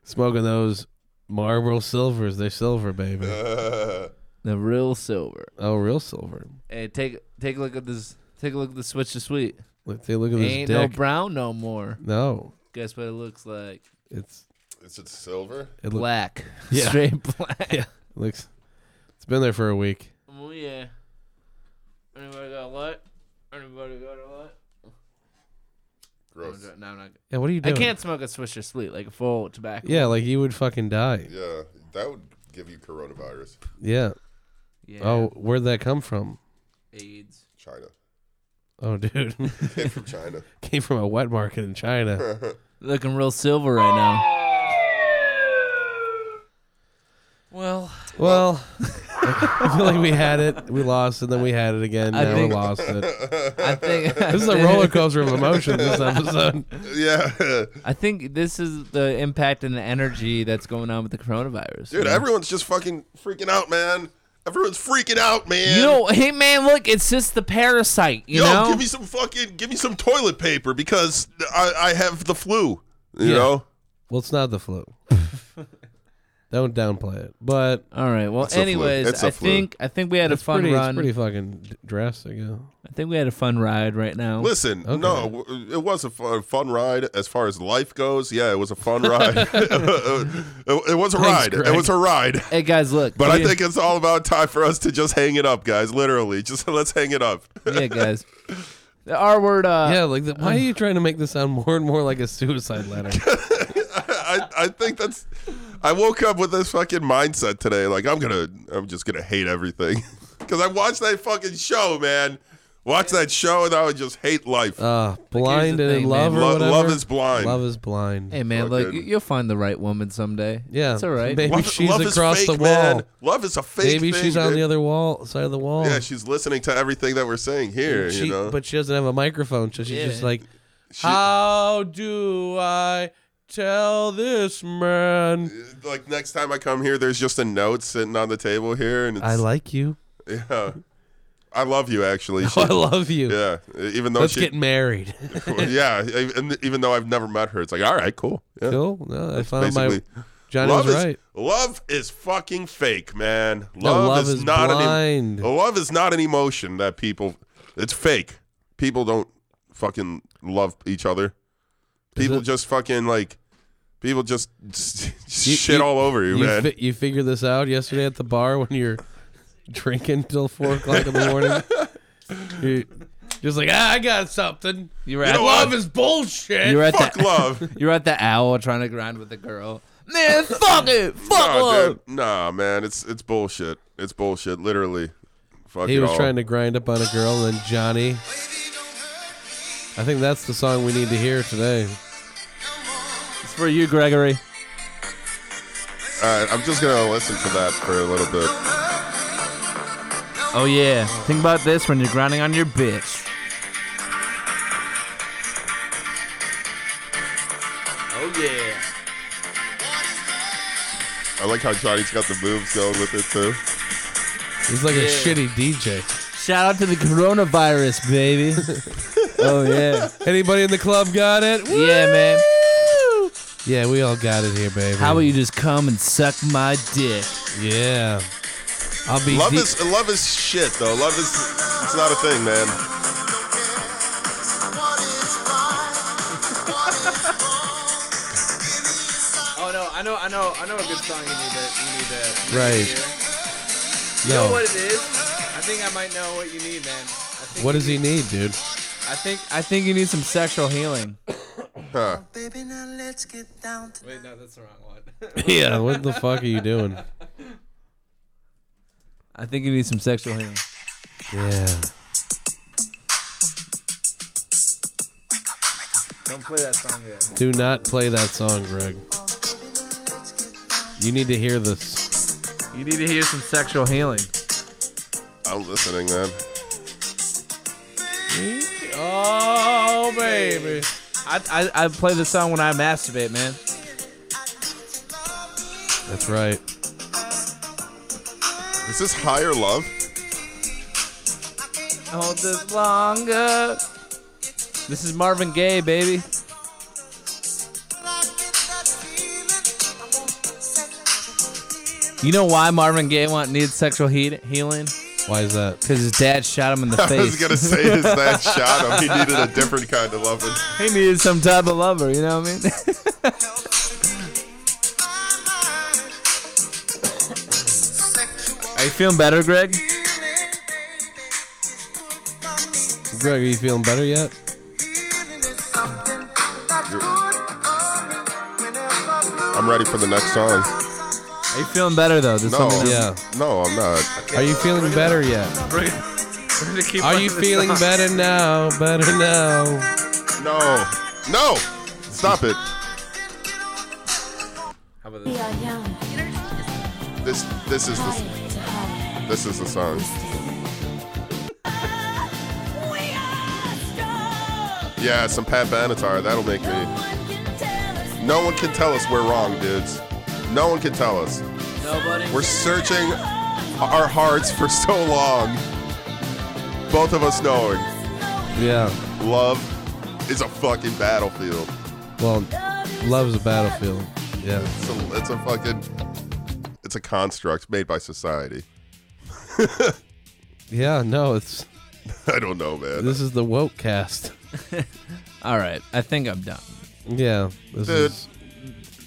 [SPEAKER 3] Smoking those Marlboro silvers. They're silver, baby.
[SPEAKER 2] Uh,
[SPEAKER 7] The real silver.
[SPEAKER 3] Oh, real silver.
[SPEAKER 7] Hey, take take a look at this. Take a look at the switch to sweet.
[SPEAKER 3] Look, they look at this
[SPEAKER 7] Ain't no
[SPEAKER 3] dick.
[SPEAKER 7] brown no more.
[SPEAKER 3] No,
[SPEAKER 7] Guess what it looks like?
[SPEAKER 3] it's
[SPEAKER 2] Is it silver?
[SPEAKER 3] It looks
[SPEAKER 7] Black.
[SPEAKER 3] Yeah.
[SPEAKER 7] Straight black.
[SPEAKER 3] yeah, looks. It's been there for a week.
[SPEAKER 7] Oh yeah. Anybody got a light? Anybody got a light?
[SPEAKER 2] Gross.
[SPEAKER 7] Oh, No, I'm not.
[SPEAKER 3] Yeah, what are you
[SPEAKER 7] I
[SPEAKER 3] doing?
[SPEAKER 7] can't smoke a Swisher Sweet like full tobacco.
[SPEAKER 3] Yeah, like you would fucking die.
[SPEAKER 2] Yeah, that would give you coronavirus.
[SPEAKER 3] Yeah.
[SPEAKER 7] Yeah.
[SPEAKER 3] Oh, where'd that come from?
[SPEAKER 7] AIDS.
[SPEAKER 2] China.
[SPEAKER 3] Oh, dude,
[SPEAKER 2] Came from China.
[SPEAKER 3] came from a wet market in China.
[SPEAKER 7] Looking real silver right now. Well,
[SPEAKER 3] Well, I feel like we had it, we lost, and then we had it again.
[SPEAKER 7] I
[SPEAKER 3] now
[SPEAKER 7] think-
[SPEAKER 3] we lost it.
[SPEAKER 7] I think
[SPEAKER 3] This is a roller coaster of emotions. This episode.
[SPEAKER 2] yeah.
[SPEAKER 7] I think this is the impact and the energy that's going on with the coronavirus.
[SPEAKER 2] Dude, everyone's just fucking freaking out, man. Everyone's freaking out, man.
[SPEAKER 7] You know, hey man, look, it's just the parasite. You
[SPEAKER 2] Yo,
[SPEAKER 7] know,
[SPEAKER 2] give me some fucking, give me some toilet paper because I, I have the flu. You
[SPEAKER 3] Yeah.
[SPEAKER 2] know,
[SPEAKER 3] Well, it's not the flu. Don't downplay it. But
[SPEAKER 7] All right. Well,
[SPEAKER 2] It's a flu. It's
[SPEAKER 7] anyways,
[SPEAKER 2] a
[SPEAKER 7] I
[SPEAKER 2] flu.
[SPEAKER 7] think I think we had
[SPEAKER 3] it's
[SPEAKER 7] a fun
[SPEAKER 3] pretty, it's
[SPEAKER 7] run.
[SPEAKER 3] pretty fucking d- drastic. Yeah.
[SPEAKER 7] I think we had a fun ride right now.
[SPEAKER 2] listen, no, w- it was a fu- fun ride as far as life goes. Yeah, it was a fun ride. it, it was a ride. It
[SPEAKER 3] Greg.
[SPEAKER 2] was a ride.
[SPEAKER 7] Hey guys, look.
[SPEAKER 2] But I
[SPEAKER 7] we-
[SPEAKER 2] think it's all about time for us to just hang it up, guys. Literally, just let's hang it up.
[SPEAKER 7] yeah, guys. The R word. Uh,
[SPEAKER 3] yeah, like the, why are you trying to make this sound more and more like a suicide letter?
[SPEAKER 2] I, I think that's. I woke up with this fucking mindset today. Like I'm gonna, I'm just gonna hate everything because I watched that fucking show, man. Watch that show, and I would just hate life.
[SPEAKER 3] Uh, blind and
[SPEAKER 7] thing,
[SPEAKER 3] in love
[SPEAKER 7] man.
[SPEAKER 3] or
[SPEAKER 2] Lo-
[SPEAKER 3] whatever.
[SPEAKER 2] love is blind.
[SPEAKER 3] Love is blind.
[SPEAKER 7] Hey man, look,
[SPEAKER 2] Fucking-
[SPEAKER 7] you- you'll find the right woman someday.
[SPEAKER 3] yeah,
[SPEAKER 7] it's all right.
[SPEAKER 3] Maybe
[SPEAKER 2] love,
[SPEAKER 3] she's
[SPEAKER 2] love
[SPEAKER 3] across
[SPEAKER 2] is
[SPEAKER 3] the
[SPEAKER 2] fake,
[SPEAKER 3] wall.
[SPEAKER 2] Man. Love is a fake.
[SPEAKER 3] Maybe
[SPEAKER 2] thing,
[SPEAKER 3] she's on
[SPEAKER 2] dude.
[SPEAKER 3] the other wall side of the wall.
[SPEAKER 2] Yeah, she's listening to everything that we're saying here.
[SPEAKER 3] she,
[SPEAKER 2] you know,
[SPEAKER 3] but she doesn't have a microphone, so she's
[SPEAKER 7] Yeah.
[SPEAKER 3] just like, "How do I tell this man
[SPEAKER 2] like next time I come here, there's just a note sitting on the table here, and it's,
[SPEAKER 3] I like you?
[SPEAKER 2] yeah, I love you actually. She-
[SPEAKER 3] Oh, I love you.
[SPEAKER 2] yeah, even though
[SPEAKER 3] Let's
[SPEAKER 2] she,
[SPEAKER 3] get married."
[SPEAKER 2] yeah, even, even though I've never met her, it's like all right, cool. Yeah.
[SPEAKER 3] cool. No, I found my
[SPEAKER 2] basically-
[SPEAKER 3] Johnny
[SPEAKER 2] Love
[SPEAKER 3] was
[SPEAKER 2] is
[SPEAKER 3] right.
[SPEAKER 2] love is fucking fake, man. Love,
[SPEAKER 3] No, love
[SPEAKER 2] is,
[SPEAKER 3] is
[SPEAKER 2] not
[SPEAKER 3] blind.
[SPEAKER 2] an em- love is not an emotion that people. It's fake. People don't fucking love each other. People
[SPEAKER 3] it-
[SPEAKER 2] just fucking like. People just shit
[SPEAKER 3] you-
[SPEAKER 2] all over you,
[SPEAKER 3] You,
[SPEAKER 2] man.
[SPEAKER 3] fi- you figured this out yesterday at the bar when you're drinking till four o'clock in the morning. You're just like, ah, I got something.
[SPEAKER 7] You were
[SPEAKER 2] You
[SPEAKER 7] at
[SPEAKER 2] know
[SPEAKER 7] the,
[SPEAKER 2] what?
[SPEAKER 3] Love is bullshit.
[SPEAKER 7] you were at
[SPEAKER 2] Fuck
[SPEAKER 7] the
[SPEAKER 2] love.
[SPEAKER 7] you were at the owl trying to grind with the girl. Man, fuck it, fuck
[SPEAKER 2] nah,
[SPEAKER 7] love.
[SPEAKER 2] dude. Nah, man. It's it's bullshit. It's bullshit. Literally. Fuck
[SPEAKER 3] he
[SPEAKER 2] it
[SPEAKER 3] was
[SPEAKER 2] all.
[SPEAKER 3] trying to grind up on a girl, and then Johnny. I think that's the song we need to hear today.
[SPEAKER 7] It's for you, Gregory.
[SPEAKER 2] All right, I'm just gonna listen to that for a little bit.
[SPEAKER 7] Oh yeah. Think about this when you're grinding on your bitch. Oh yeah.
[SPEAKER 2] I like how Johnny's got the moves going with it too.
[SPEAKER 3] He's like a shitty DJ.
[SPEAKER 7] Shout out to the coronavirus, baby. oh yeah.
[SPEAKER 3] Anybody in the club got it? Woo!
[SPEAKER 7] Yeah, man.
[SPEAKER 3] Yeah, we all got it here, baby.
[SPEAKER 7] How about you just come and suck my dick?
[SPEAKER 3] Yeah. I'll be
[SPEAKER 2] Love
[SPEAKER 3] de-
[SPEAKER 2] is love is shit though. Love is it's not a thing, man.
[SPEAKER 7] Oh no, I know, I know, I know a good song you need to, you need to.
[SPEAKER 3] Right.
[SPEAKER 7] hear. You know
[SPEAKER 3] Yo,
[SPEAKER 7] what it is? I think I might know what you need, man. I think
[SPEAKER 3] what
[SPEAKER 7] you
[SPEAKER 3] does he need, dude?
[SPEAKER 7] I think, I think you need some sexual healing.
[SPEAKER 2] Huh.
[SPEAKER 7] Wait, no, that's the wrong one.
[SPEAKER 3] yeah, what the fuck are you doing?
[SPEAKER 7] I think you need some sexual healing.
[SPEAKER 3] Yeah.
[SPEAKER 7] Don't play that song yet.
[SPEAKER 3] Do not play that song, Greg. You need to hear this.
[SPEAKER 7] You need to hear some sexual healing.
[SPEAKER 2] I'm listening, man.
[SPEAKER 7] Oh baby. I, I I play this song when I masturbate, man.
[SPEAKER 3] That's right.
[SPEAKER 2] Is this higher love?
[SPEAKER 7] Hold this longer. This is Marvin Gaye, baby. You know why Marvin Gaye want needs sexual he- healing?
[SPEAKER 3] Why is that?
[SPEAKER 7] Because his dad shot him in the
[SPEAKER 2] I was
[SPEAKER 7] face.
[SPEAKER 2] gonna say is that shot him. He needed a different kind of loving.
[SPEAKER 7] He needed some type of lover, you know what I mean? feeling better, Greg?
[SPEAKER 3] Greg, are you feeling better yet?
[SPEAKER 2] I'm ready for the next song.
[SPEAKER 7] Are you feeling better though? Did
[SPEAKER 2] No,
[SPEAKER 7] something-
[SPEAKER 3] Yeah.
[SPEAKER 2] no, I'm not.
[SPEAKER 3] Are you feeling better yet? Are you feeling better now? Better now.
[SPEAKER 2] No, no, stop it.
[SPEAKER 7] How about this?
[SPEAKER 2] This, this is the, this is the song. Yeah, some Pat Benatar. That'll make me. No one can tell us we're wrong, dudes. No one can tell us.
[SPEAKER 7] Nobody.
[SPEAKER 2] We're searching our hearts for so long. Both of us knowing
[SPEAKER 3] Yeah.
[SPEAKER 2] love is a fucking battlefield.
[SPEAKER 3] Well, love's a battlefield. Yeah.
[SPEAKER 2] It's a, it's a fucking. It's a construct made by society.
[SPEAKER 3] Yeah. No, it's
[SPEAKER 2] I don't know, man.
[SPEAKER 3] this is the woke cast.
[SPEAKER 7] All right, I think I'm done.
[SPEAKER 3] Yeah. This
[SPEAKER 2] Dude.
[SPEAKER 3] is.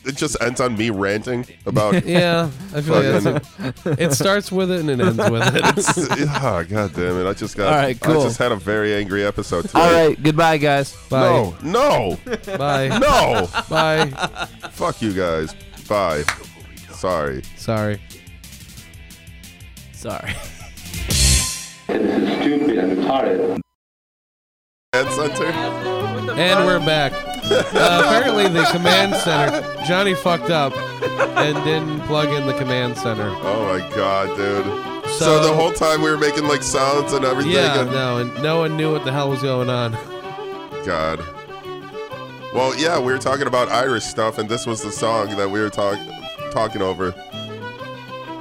[SPEAKER 2] it just ends on me ranting about.
[SPEAKER 3] Yeah. I feel like that's it starts with it and it ends with it.
[SPEAKER 2] Ah, God damn it! I just got.
[SPEAKER 7] All right,
[SPEAKER 2] I
[SPEAKER 7] cool.
[SPEAKER 2] just had a very angry episode today.
[SPEAKER 7] All right, goodbye, guys.
[SPEAKER 3] Bye.
[SPEAKER 2] No,
[SPEAKER 3] Bye.
[SPEAKER 2] no, no.
[SPEAKER 3] Bye.
[SPEAKER 2] Fuck you guys. Bye. Sorry.
[SPEAKER 3] Sorry.
[SPEAKER 7] Sorry.
[SPEAKER 9] Stupid and retarded.
[SPEAKER 2] And center.
[SPEAKER 3] And we're back. Uh, apparently, the command center. Johnny fucked up and didn't plug in the command center.
[SPEAKER 2] Oh my God, dude. So,
[SPEAKER 3] So-
[SPEAKER 2] the whole time we were making like sounds and everything.
[SPEAKER 3] Yeah,
[SPEAKER 2] and-
[SPEAKER 3] no, and no one knew what the hell was going on.
[SPEAKER 2] God. Well, yeah, we were talking about Irish stuff, and this was the song that we were talking talking over.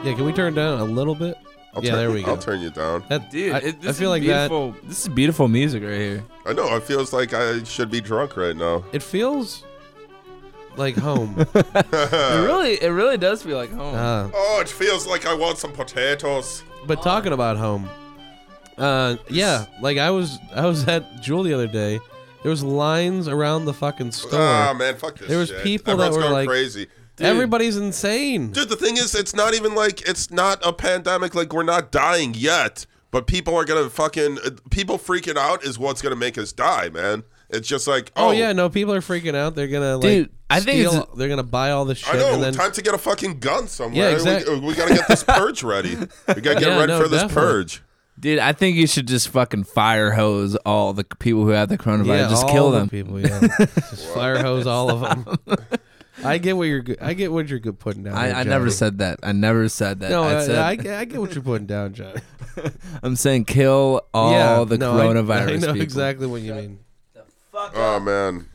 [SPEAKER 3] Yeah, can we turn it down a little bit?
[SPEAKER 2] I'll
[SPEAKER 3] yeah,
[SPEAKER 2] turn,
[SPEAKER 3] there we go.
[SPEAKER 2] I'll turn you down.
[SPEAKER 3] That-
[SPEAKER 7] Dude,
[SPEAKER 3] I,
[SPEAKER 7] it,
[SPEAKER 3] I
[SPEAKER 7] this
[SPEAKER 3] feel
[SPEAKER 7] is
[SPEAKER 3] like that.
[SPEAKER 7] beautiful. This is beautiful music right here.
[SPEAKER 2] I know. It feels like I should be drunk right now.
[SPEAKER 3] It feels like home.
[SPEAKER 7] It really, it really does feel like home.
[SPEAKER 3] Uh,
[SPEAKER 2] Oh, it feels like I want some potatoes.
[SPEAKER 3] but talking about home, uh, yeah, like I was, I was at Jewel the other day. There was lines around the fucking store.
[SPEAKER 2] Ah, man, fuck this.
[SPEAKER 3] Oh. There was
[SPEAKER 2] shit.
[SPEAKER 3] people that
[SPEAKER 2] Everyone's
[SPEAKER 3] were
[SPEAKER 2] going
[SPEAKER 3] like-
[SPEAKER 2] crazy.
[SPEAKER 3] Everybody's insane.
[SPEAKER 2] Dude, the thing is, it's not even like it's not a pandemic. Like we're not dying yet, but people are gonna fucking uh, people freaking out is what's gonna make us die, man. It's just like oh,
[SPEAKER 3] Oh, yeah, no, people are freaking out. They're gonna like,
[SPEAKER 7] Dude, I think
[SPEAKER 3] steal-
[SPEAKER 7] it's-
[SPEAKER 3] they're gonna buy all the shit.
[SPEAKER 2] I know.
[SPEAKER 3] And then,
[SPEAKER 2] time to get a fucking gun somewhere.
[SPEAKER 3] Yeah, exact-
[SPEAKER 2] we, we gotta get this purge ready. We gotta get
[SPEAKER 3] Yeah,
[SPEAKER 2] ready
[SPEAKER 3] no,
[SPEAKER 2] for this
[SPEAKER 3] definitely.
[SPEAKER 2] purge.
[SPEAKER 7] Dude, I think you should just fucking fire hose all the people who have the coronavirus.
[SPEAKER 3] yeah,
[SPEAKER 7] just
[SPEAKER 3] all
[SPEAKER 7] kill
[SPEAKER 3] the
[SPEAKER 7] them.
[SPEAKER 3] people. Yeah, just fire hose all of them. I get what you're. go- I get what you're good putting down.
[SPEAKER 7] I,
[SPEAKER 3] there,
[SPEAKER 7] I never
[SPEAKER 3] Johnny.
[SPEAKER 7] said that. I never said that.
[SPEAKER 3] No,
[SPEAKER 7] I
[SPEAKER 3] I,
[SPEAKER 7] said,
[SPEAKER 3] I, get- I get what you're putting down, John.
[SPEAKER 7] am saying kill all
[SPEAKER 3] yeah,
[SPEAKER 7] the
[SPEAKER 3] no, I-
[SPEAKER 7] coronavirus.
[SPEAKER 3] I, know
[SPEAKER 7] people.
[SPEAKER 3] exactly what you mean.
[SPEAKER 2] Oh man,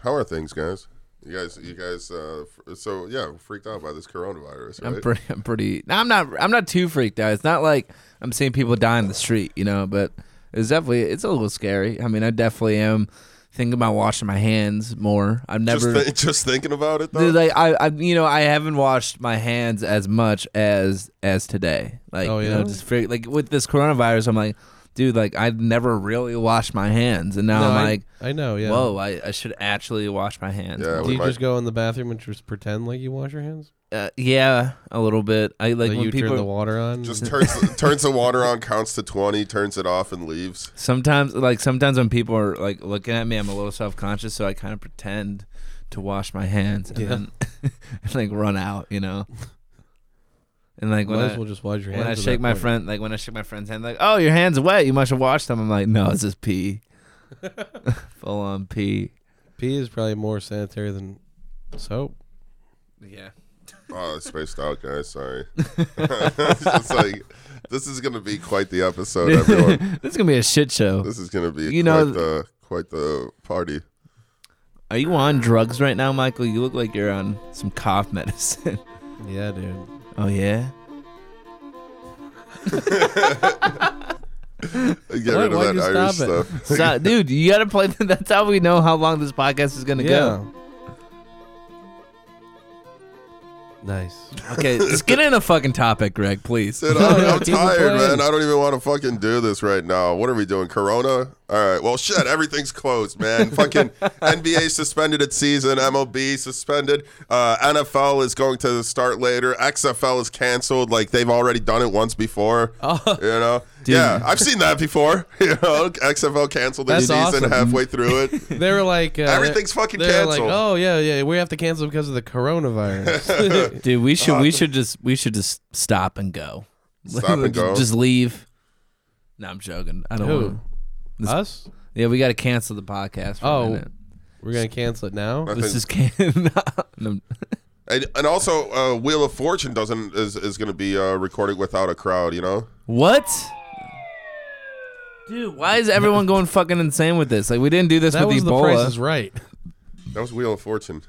[SPEAKER 2] how are things, guys? You guys, you guys. Uh, f- so yeah, freaked out by this coronavirus, right?
[SPEAKER 7] I'm pretty. I'm pretty. no, I'm not. I'm not too freaked out. It's not like I'm seeing people die in the street, you know. But it's definitely. It's a little scary. I mean, I definitely am thinking about washing my hands more. I've
[SPEAKER 2] just,
[SPEAKER 7] never.
[SPEAKER 2] thi- just thinking about it though.
[SPEAKER 7] Dude, like I, I, you know, I haven't washed my hands as much as as today. Like,
[SPEAKER 3] Oh,
[SPEAKER 7] you know,
[SPEAKER 3] yeah?
[SPEAKER 7] just fig- like with this coronavirus, I'm like, dude, like I've never really washed my hands, and now
[SPEAKER 3] No,
[SPEAKER 7] I'm
[SPEAKER 3] I,
[SPEAKER 7] like,
[SPEAKER 3] I know. Yeah.
[SPEAKER 7] whoa, I, I should actually wash my hands.
[SPEAKER 2] yeah,
[SPEAKER 3] Do
[SPEAKER 2] we
[SPEAKER 3] you
[SPEAKER 2] might,
[SPEAKER 3] just go in the bathroom and just pretend like you wash your hands?
[SPEAKER 7] Uh, yeah, a little bit. I like
[SPEAKER 3] Like,
[SPEAKER 7] when
[SPEAKER 3] you
[SPEAKER 7] people.
[SPEAKER 3] turn the water on.
[SPEAKER 2] just turns turns the water on, counts to twenty, turns it off, and leaves.
[SPEAKER 7] sometimes, like sometimes when people are like looking at me, I'm a little self conscious, so I kind of pretend to wash my hands and
[SPEAKER 3] Yeah.
[SPEAKER 7] then and, like run out, you know. And like
[SPEAKER 3] Might
[SPEAKER 7] when I,
[SPEAKER 3] as well just wash your hands.
[SPEAKER 7] when I
[SPEAKER 3] at that
[SPEAKER 7] shake my
[SPEAKER 3] point.
[SPEAKER 7] friend, like when I shake my friend's hand, like, oh, your hand's wet. You must have washed them. I'm like, no, it's just pee. Full on pee.
[SPEAKER 3] pee is probably more sanitary than soap.
[SPEAKER 7] Yeah.
[SPEAKER 2] Oh, I spaced out, guys. Sorry. it's just like this is gonna be quite the episode, everyone.
[SPEAKER 7] this is gonna be a shit show.
[SPEAKER 2] this is gonna be
[SPEAKER 7] You
[SPEAKER 2] quite
[SPEAKER 7] know-
[SPEAKER 2] the quite the party.
[SPEAKER 7] Are you on drugs right now, Michael? You look like you're on some cough medicine.
[SPEAKER 3] Yeah, dude.
[SPEAKER 7] oh yeah.
[SPEAKER 2] Get
[SPEAKER 3] Why-
[SPEAKER 2] rid of
[SPEAKER 3] why'd
[SPEAKER 2] that
[SPEAKER 3] you
[SPEAKER 2] Irish
[SPEAKER 3] stop it?
[SPEAKER 2] stuff.
[SPEAKER 7] So, dude, you gotta play. That's how we know how long this podcast is gonna
[SPEAKER 3] Yeah.
[SPEAKER 7] go.
[SPEAKER 3] Nice.
[SPEAKER 7] Okay, just get in a fucking topic, Greg, please.
[SPEAKER 2] Dude, I'm, I'm
[SPEAKER 3] Keep it
[SPEAKER 2] tired,
[SPEAKER 3] playing.
[SPEAKER 2] man. I don't even want to fucking do this right now. What are we doing? Corona? All right. Well, shit. Everything's closed, man. fucking NBA suspended its season. MLB suspended. Uh, NFL is going to start later. XFL is canceled. Like they've already done it once before.
[SPEAKER 3] Oh.
[SPEAKER 2] you know? Yeah, I've seen that before. You know, XFL canceled their
[SPEAKER 3] That's
[SPEAKER 2] season
[SPEAKER 3] awesome.
[SPEAKER 2] halfway through it.
[SPEAKER 3] They were like, uh,
[SPEAKER 2] Everything's fucking
[SPEAKER 3] they were
[SPEAKER 2] canceled.
[SPEAKER 3] Like, oh yeah, yeah, we have to cancel because of the coronavirus.
[SPEAKER 7] Dude, we should we should just we should just stop and go.
[SPEAKER 2] Stop and go.
[SPEAKER 7] Just leave. No, I'm joking. I don't.
[SPEAKER 3] Who?
[SPEAKER 7] wanna-
[SPEAKER 3] Us?
[SPEAKER 7] Yeah, we got to cancel the podcast. For a
[SPEAKER 3] Oh.
[SPEAKER 7] minute.
[SPEAKER 3] We're gonna cancel it now.
[SPEAKER 7] this is can. no.
[SPEAKER 2] And, and also, uh, Wheel of Fortune doesn't is, is going to be uh, recording without a crowd. You know?
[SPEAKER 7] What? Dude, why is everyone going fucking insane with this? Like, we didn't do this
[SPEAKER 3] That
[SPEAKER 7] with
[SPEAKER 3] was the Price
[SPEAKER 7] Ebola.
[SPEAKER 3] is Right.
[SPEAKER 2] That was Wheel of Fortune.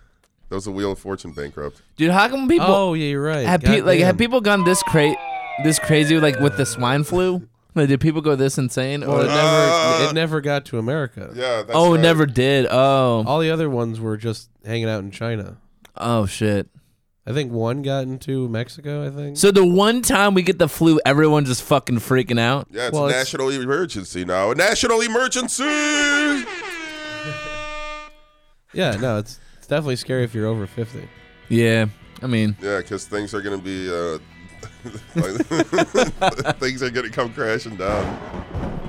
[SPEAKER 2] That was a Wheel of Fortune bankrupt.
[SPEAKER 7] Dude, how come people
[SPEAKER 3] Oh yeah, you're right.
[SPEAKER 7] have pe- like
[SPEAKER 3] Goddamn.
[SPEAKER 7] have people gone this cra- this crazy like with the swine flu? Like, did people go this insane?
[SPEAKER 3] Well,
[SPEAKER 7] Or
[SPEAKER 3] it never
[SPEAKER 2] Uh,
[SPEAKER 3] it never got to America.
[SPEAKER 2] Yeah. That's
[SPEAKER 7] oh,
[SPEAKER 2] right.
[SPEAKER 7] never did. Oh,
[SPEAKER 3] All the other ones were just hanging out in China.
[SPEAKER 7] oh shit.
[SPEAKER 3] I think one got into Mexico. I think.
[SPEAKER 7] So the one time we get the flu, everyone just fucking freaking out.
[SPEAKER 2] Yeah, it's
[SPEAKER 3] Well,
[SPEAKER 2] a
[SPEAKER 3] it's-
[SPEAKER 2] national emergency now. A national emergency.
[SPEAKER 3] yeah, no, it's it's definitely scary if you're over fifty.
[SPEAKER 7] Yeah, I mean,
[SPEAKER 2] Yeah, because things are going to be. Uh, like- things are going to come crashing down.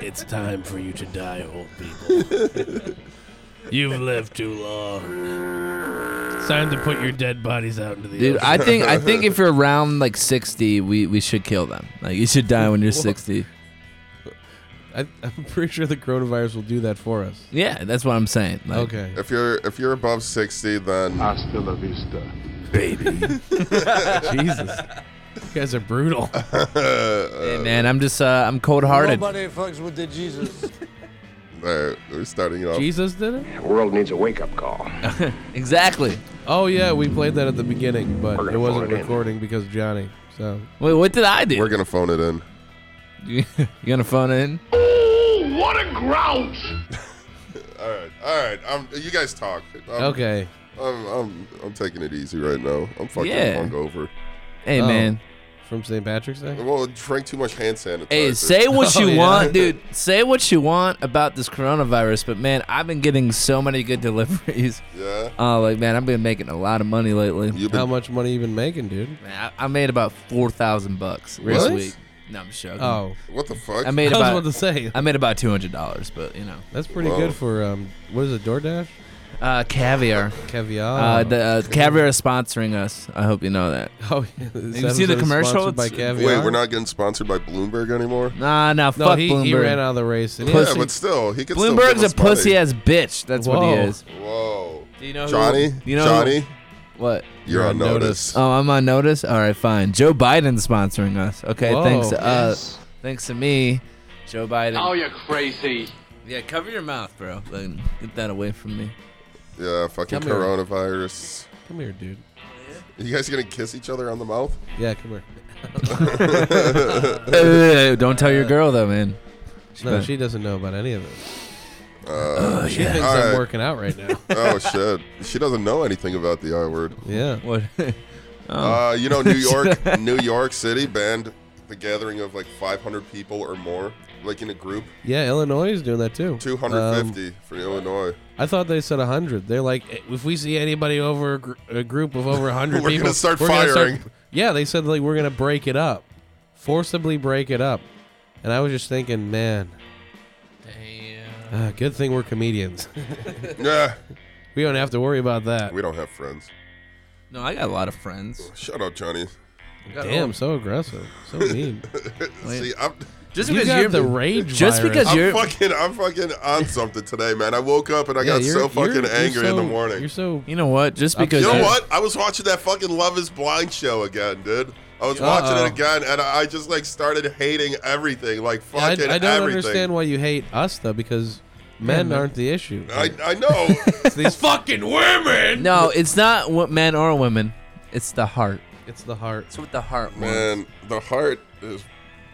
[SPEAKER 11] It's time for you to die, old people. You've lived too long. It's time to put your dead bodies out into the
[SPEAKER 7] dude,
[SPEAKER 11] ocean.
[SPEAKER 7] I think I think if you're around like 60, we we should kill them. Like, you should die when you're 60.
[SPEAKER 3] I, I'm pretty sure the coronavirus will do that for us.
[SPEAKER 7] Yeah, that's what I'm saying. Like,
[SPEAKER 3] Okay.
[SPEAKER 2] If you're if you're above sixty, then
[SPEAKER 6] Hasta la vista.
[SPEAKER 3] Jesus. You guys are brutal.
[SPEAKER 7] Hey, man, I'm just uh, I'm cold hearted.
[SPEAKER 9] fucks with the Jesus.
[SPEAKER 2] uh, we're starting it off.
[SPEAKER 3] Jesus did it?
[SPEAKER 9] The world needs a wake up call.
[SPEAKER 7] Exactly.
[SPEAKER 3] Oh yeah, we played that at the beginning, but
[SPEAKER 9] We're gonna
[SPEAKER 3] it wasn't
[SPEAKER 9] phone it in.
[SPEAKER 3] recording because Johnny. So
[SPEAKER 7] Wait, what did I do?
[SPEAKER 2] We're gonna phone it in.
[SPEAKER 7] you gonna phone in?
[SPEAKER 2] All right, all right. I'm, you guys talk. I'm-
[SPEAKER 3] Okay.
[SPEAKER 2] I'm, I'm I'm taking it easy right now. I'm fucking
[SPEAKER 7] Yeah.
[SPEAKER 2] hungover.
[SPEAKER 7] Hey
[SPEAKER 3] Oh.
[SPEAKER 7] man.
[SPEAKER 3] From St. Patrick's Day?
[SPEAKER 2] Well, drank too much hand sanitizer.
[SPEAKER 7] Hey, say what
[SPEAKER 3] Oh,
[SPEAKER 7] you
[SPEAKER 3] yeah.
[SPEAKER 7] want, dude. Say what you want about this coronavirus, but man, I've been getting so many good deliveries.
[SPEAKER 2] Yeah.
[SPEAKER 7] Oh, like man, I've been making a lot of money lately.
[SPEAKER 2] You've
[SPEAKER 3] How
[SPEAKER 2] been
[SPEAKER 3] much money you been making, dude?
[SPEAKER 7] Man, I, I made about four thousand bucks this
[SPEAKER 3] Really?
[SPEAKER 7] week. No, I'm joking.
[SPEAKER 3] Oh.
[SPEAKER 2] what the fuck?
[SPEAKER 7] I made
[SPEAKER 3] I was
[SPEAKER 7] about
[SPEAKER 3] about to say.
[SPEAKER 7] I made about two hundred dollars, but you know,
[SPEAKER 3] That's pretty
[SPEAKER 2] Whoa.
[SPEAKER 3] good for um what is it, DoorDash?
[SPEAKER 7] uh, caviar.
[SPEAKER 3] Caviar.
[SPEAKER 7] Uh, the uh, caviar is sponsoring us. I hope you know that.
[SPEAKER 3] oh, yeah. This
[SPEAKER 7] you see the
[SPEAKER 3] episode is
[SPEAKER 7] commercial?
[SPEAKER 3] sponsored By
[SPEAKER 7] It's- uh,
[SPEAKER 3] caviar.
[SPEAKER 2] Wait, we're not getting sponsored by Bloomberg anymore.
[SPEAKER 7] Nah, nah,
[SPEAKER 3] No,
[SPEAKER 7] fuck
[SPEAKER 3] he,
[SPEAKER 7] Bloomberg.
[SPEAKER 3] he ran out of the race. And he-
[SPEAKER 2] Yeah, but still, he could. still give
[SPEAKER 7] Bloomberg's
[SPEAKER 2] us
[SPEAKER 7] a pussy
[SPEAKER 2] money.
[SPEAKER 7] ass bitch. That's what
[SPEAKER 3] Whoa.
[SPEAKER 7] he is.
[SPEAKER 2] Whoa,
[SPEAKER 7] Do you
[SPEAKER 3] Oh.
[SPEAKER 7] know who-
[SPEAKER 2] Johnny.
[SPEAKER 7] you know
[SPEAKER 2] Johnny,
[SPEAKER 7] who- what?
[SPEAKER 2] you're on notice.
[SPEAKER 3] Um,
[SPEAKER 7] Oh, I'm on notice. All right, fine. Joe Biden's sponsoring us. Okay,
[SPEAKER 3] Whoa.
[SPEAKER 7] thanks. Uh, thanks to me, Joe Biden.
[SPEAKER 6] Oh, you're crazy.
[SPEAKER 7] Yeah, cover your mouth, bro. Like, get that away from me.
[SPEAKER 2] Yeah, fucking
[SPEAKER 3] Come here.
[SPEAKER 2] coronavirus.
[SPEAKER 3] Come here, dude.
[SPEAKER 2] You guys gonna kiss each other on the mouth?
[SPEAKER 3] Yeah, come here.
[SPEAKER 7] Uh, Don't tell your girl though, man.
[SPEAKER 3] No,
[SPEAKER 7] better-
[SPEAKER 3] she doesn't know about any of this.
[SPEAKER 2] Uh,
[SPEAKER 3] She thinks
[SPEAKER 2] All
[SPEAKER 3] I'm
[SPEAKER 2] right.
[SPEAKER 3] working out right now.
[SPEAKER 2] oh shit, she doesn't know anything about the I word.
[SPEAKER 3] yeah.
[SPEAKER 7] What?
[SPEAKER 3] Oh.
[SPEAKER 2] Uh, you know, New York, New York City banned the gathering of like 500 people or more, like in a group.
[SPEAKER 3] Yeah, Illinois is doing that too. Um,
[SPEAKER 2] 250 for Illinois.
[SPEAKER 3] I thought they said 100. They're like, if we see anybody over a, gr- a group of over 100
[SPEAKER 2] We're gonna
[SPEAKER 3] people,
[SPEAKER 2] start
[SPEAKER 3] gonna
[SPEAKER 2] firing.
[SPEAKER 3] yeah, they said, like, we're going to break it up, forcibly break it up. And I was just thinking, man, uh, good thing we're comedians.
[SPEAKER 2] Yeah,
[SPEAKER 3] we don't have to worry about that.
[SPEAKER 2] we don't have friends.
[SPEAKER 7] No, I got a lot of friends.
[SPEAKER 2] Shut up, Johnny.
[SPEAKER 3] Damn, so aggressive. So mean.
[SPEAKER 2] See, I'm,
[SPEAKER 7] Just
[SPEAKER 3] you
[SPEAKER 7] because
[SPEAKER 3] got
[SPEAKER 7] you're
[SPEAKER 3] the rage
[SPEAKER 7] just
[SPEAKER 3] virus.
[SPEAKER 7] because
[SPEAKER 2] I'm
[SPEAKER 7] you're
[SPEAKER 2] fucking, I'm fucking on something today, man. I woke up and I
[SPEAKER 3] Yeah,
[SPEAKER 2] got
[SPEAKER 3] you're-
[SPEAKER 2] so fucking
[SPEAKER 3] you're- you're
[SPEAKER 2] angry in the
[SPEAKER 3] so-
[SPEAKER 2] morning.
[SPEAKER 3] You're so.
[SPEAKER 7] you know what? Just because
[SPEAKER 2] You know
[SPEAKER 7] you're-
[SPEAKER 2] what? I was watching that fucking Love Is Blind show again, dude. I was watching
[SPEAKER 3] Uh-oh.
[SPEAKER 2] it again, and I I just like started hating everything, like
[SPEAKER 3] I, I
[SPEAKER 2] fucking
[SPEAKER 3] don't
[SPEAKER 2] everything.
[SPEAKER 3] understand why you hate us, though, because men aren't the issue.
[SPEAKER 2] I, I know.
[SPEAKER 3] It's these fucking women!
[SPEAKER 7] No, it's not what men or women. It's the heart.
[SPEAKER 3] It's the heart.
[SPEAKER 7] It's what the heart wants.
[SPEAKER 2] man, the heart is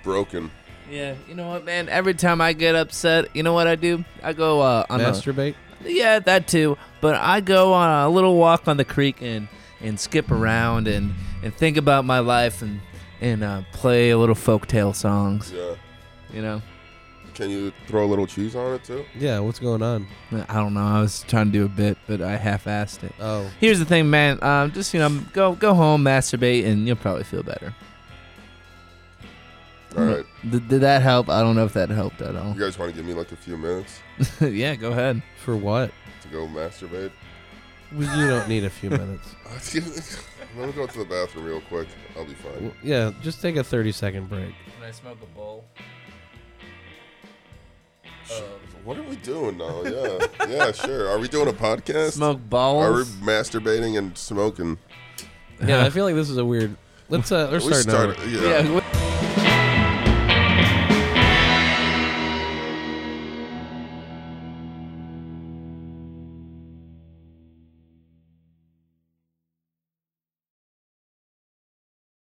[SPEAKER 2] broken.
[SPEAKER 7] Yeah, you know what, man? Every time I get upset, you know what I do? I go uh, on a-
[SPEAKER 3] Masturbate?
[SPEAKER 7] Yeah, that too. But I go on a little walk on the creek and and skip around and and think about my life and and uh, play a little folktale songs.
[SPEAKER 2] Yeah.
[SPEAKER 7] You know.
[SPEAKER 2] Can you throw a little cheese on it too?
[SPEAKER 3] Yeah, what's going on?
[SPEAKER 7] I don't know. I was trying to do a bit, but I half-assed it.
[SPEAKER 3] Oh.
[SPEAKER 7] Here's the thing, man. Um, just you know, go go home, masturbate, and you'll probably feel better.
[SPEAKER 2] All right.
[SPEAKER 7] Did, did that help? I don't know if that helped at all.
[SPEAKER 2] You guys want to give me like a few minutes
[SPEAKER 7] yeah, go ahead.
[SPEAKER 3] For what?
[SPEAKER 2] to go masturbate?
[SPEAKER 3] Well, you don't need a few minutes.
[SPEAKER 2] Let me go to the bathroom real quick. I'll be fine.
[SPEAKER 3] Well, yeah, just take a 30 second break.
[SPEAKER 7] Can I smoke a bowl?
[SPEAKER 2] What are we doing now? Yeah, yeah, sure. Are we doing a podcast?
[SPEAKER 7] Smoke
[SPEAKER 2] Are we
[SPEAKER 7] balls.
[SPEAKER 2] masturbating and smoking?
[SPEAKER 3] Yeah, I feel like this is a weird. Let's uh, let's
[SPEAKER 2] We
[SPEAKER 3] start now.
[SPEAKER 2] started- yeah.
[SPEAKER 7] yeah.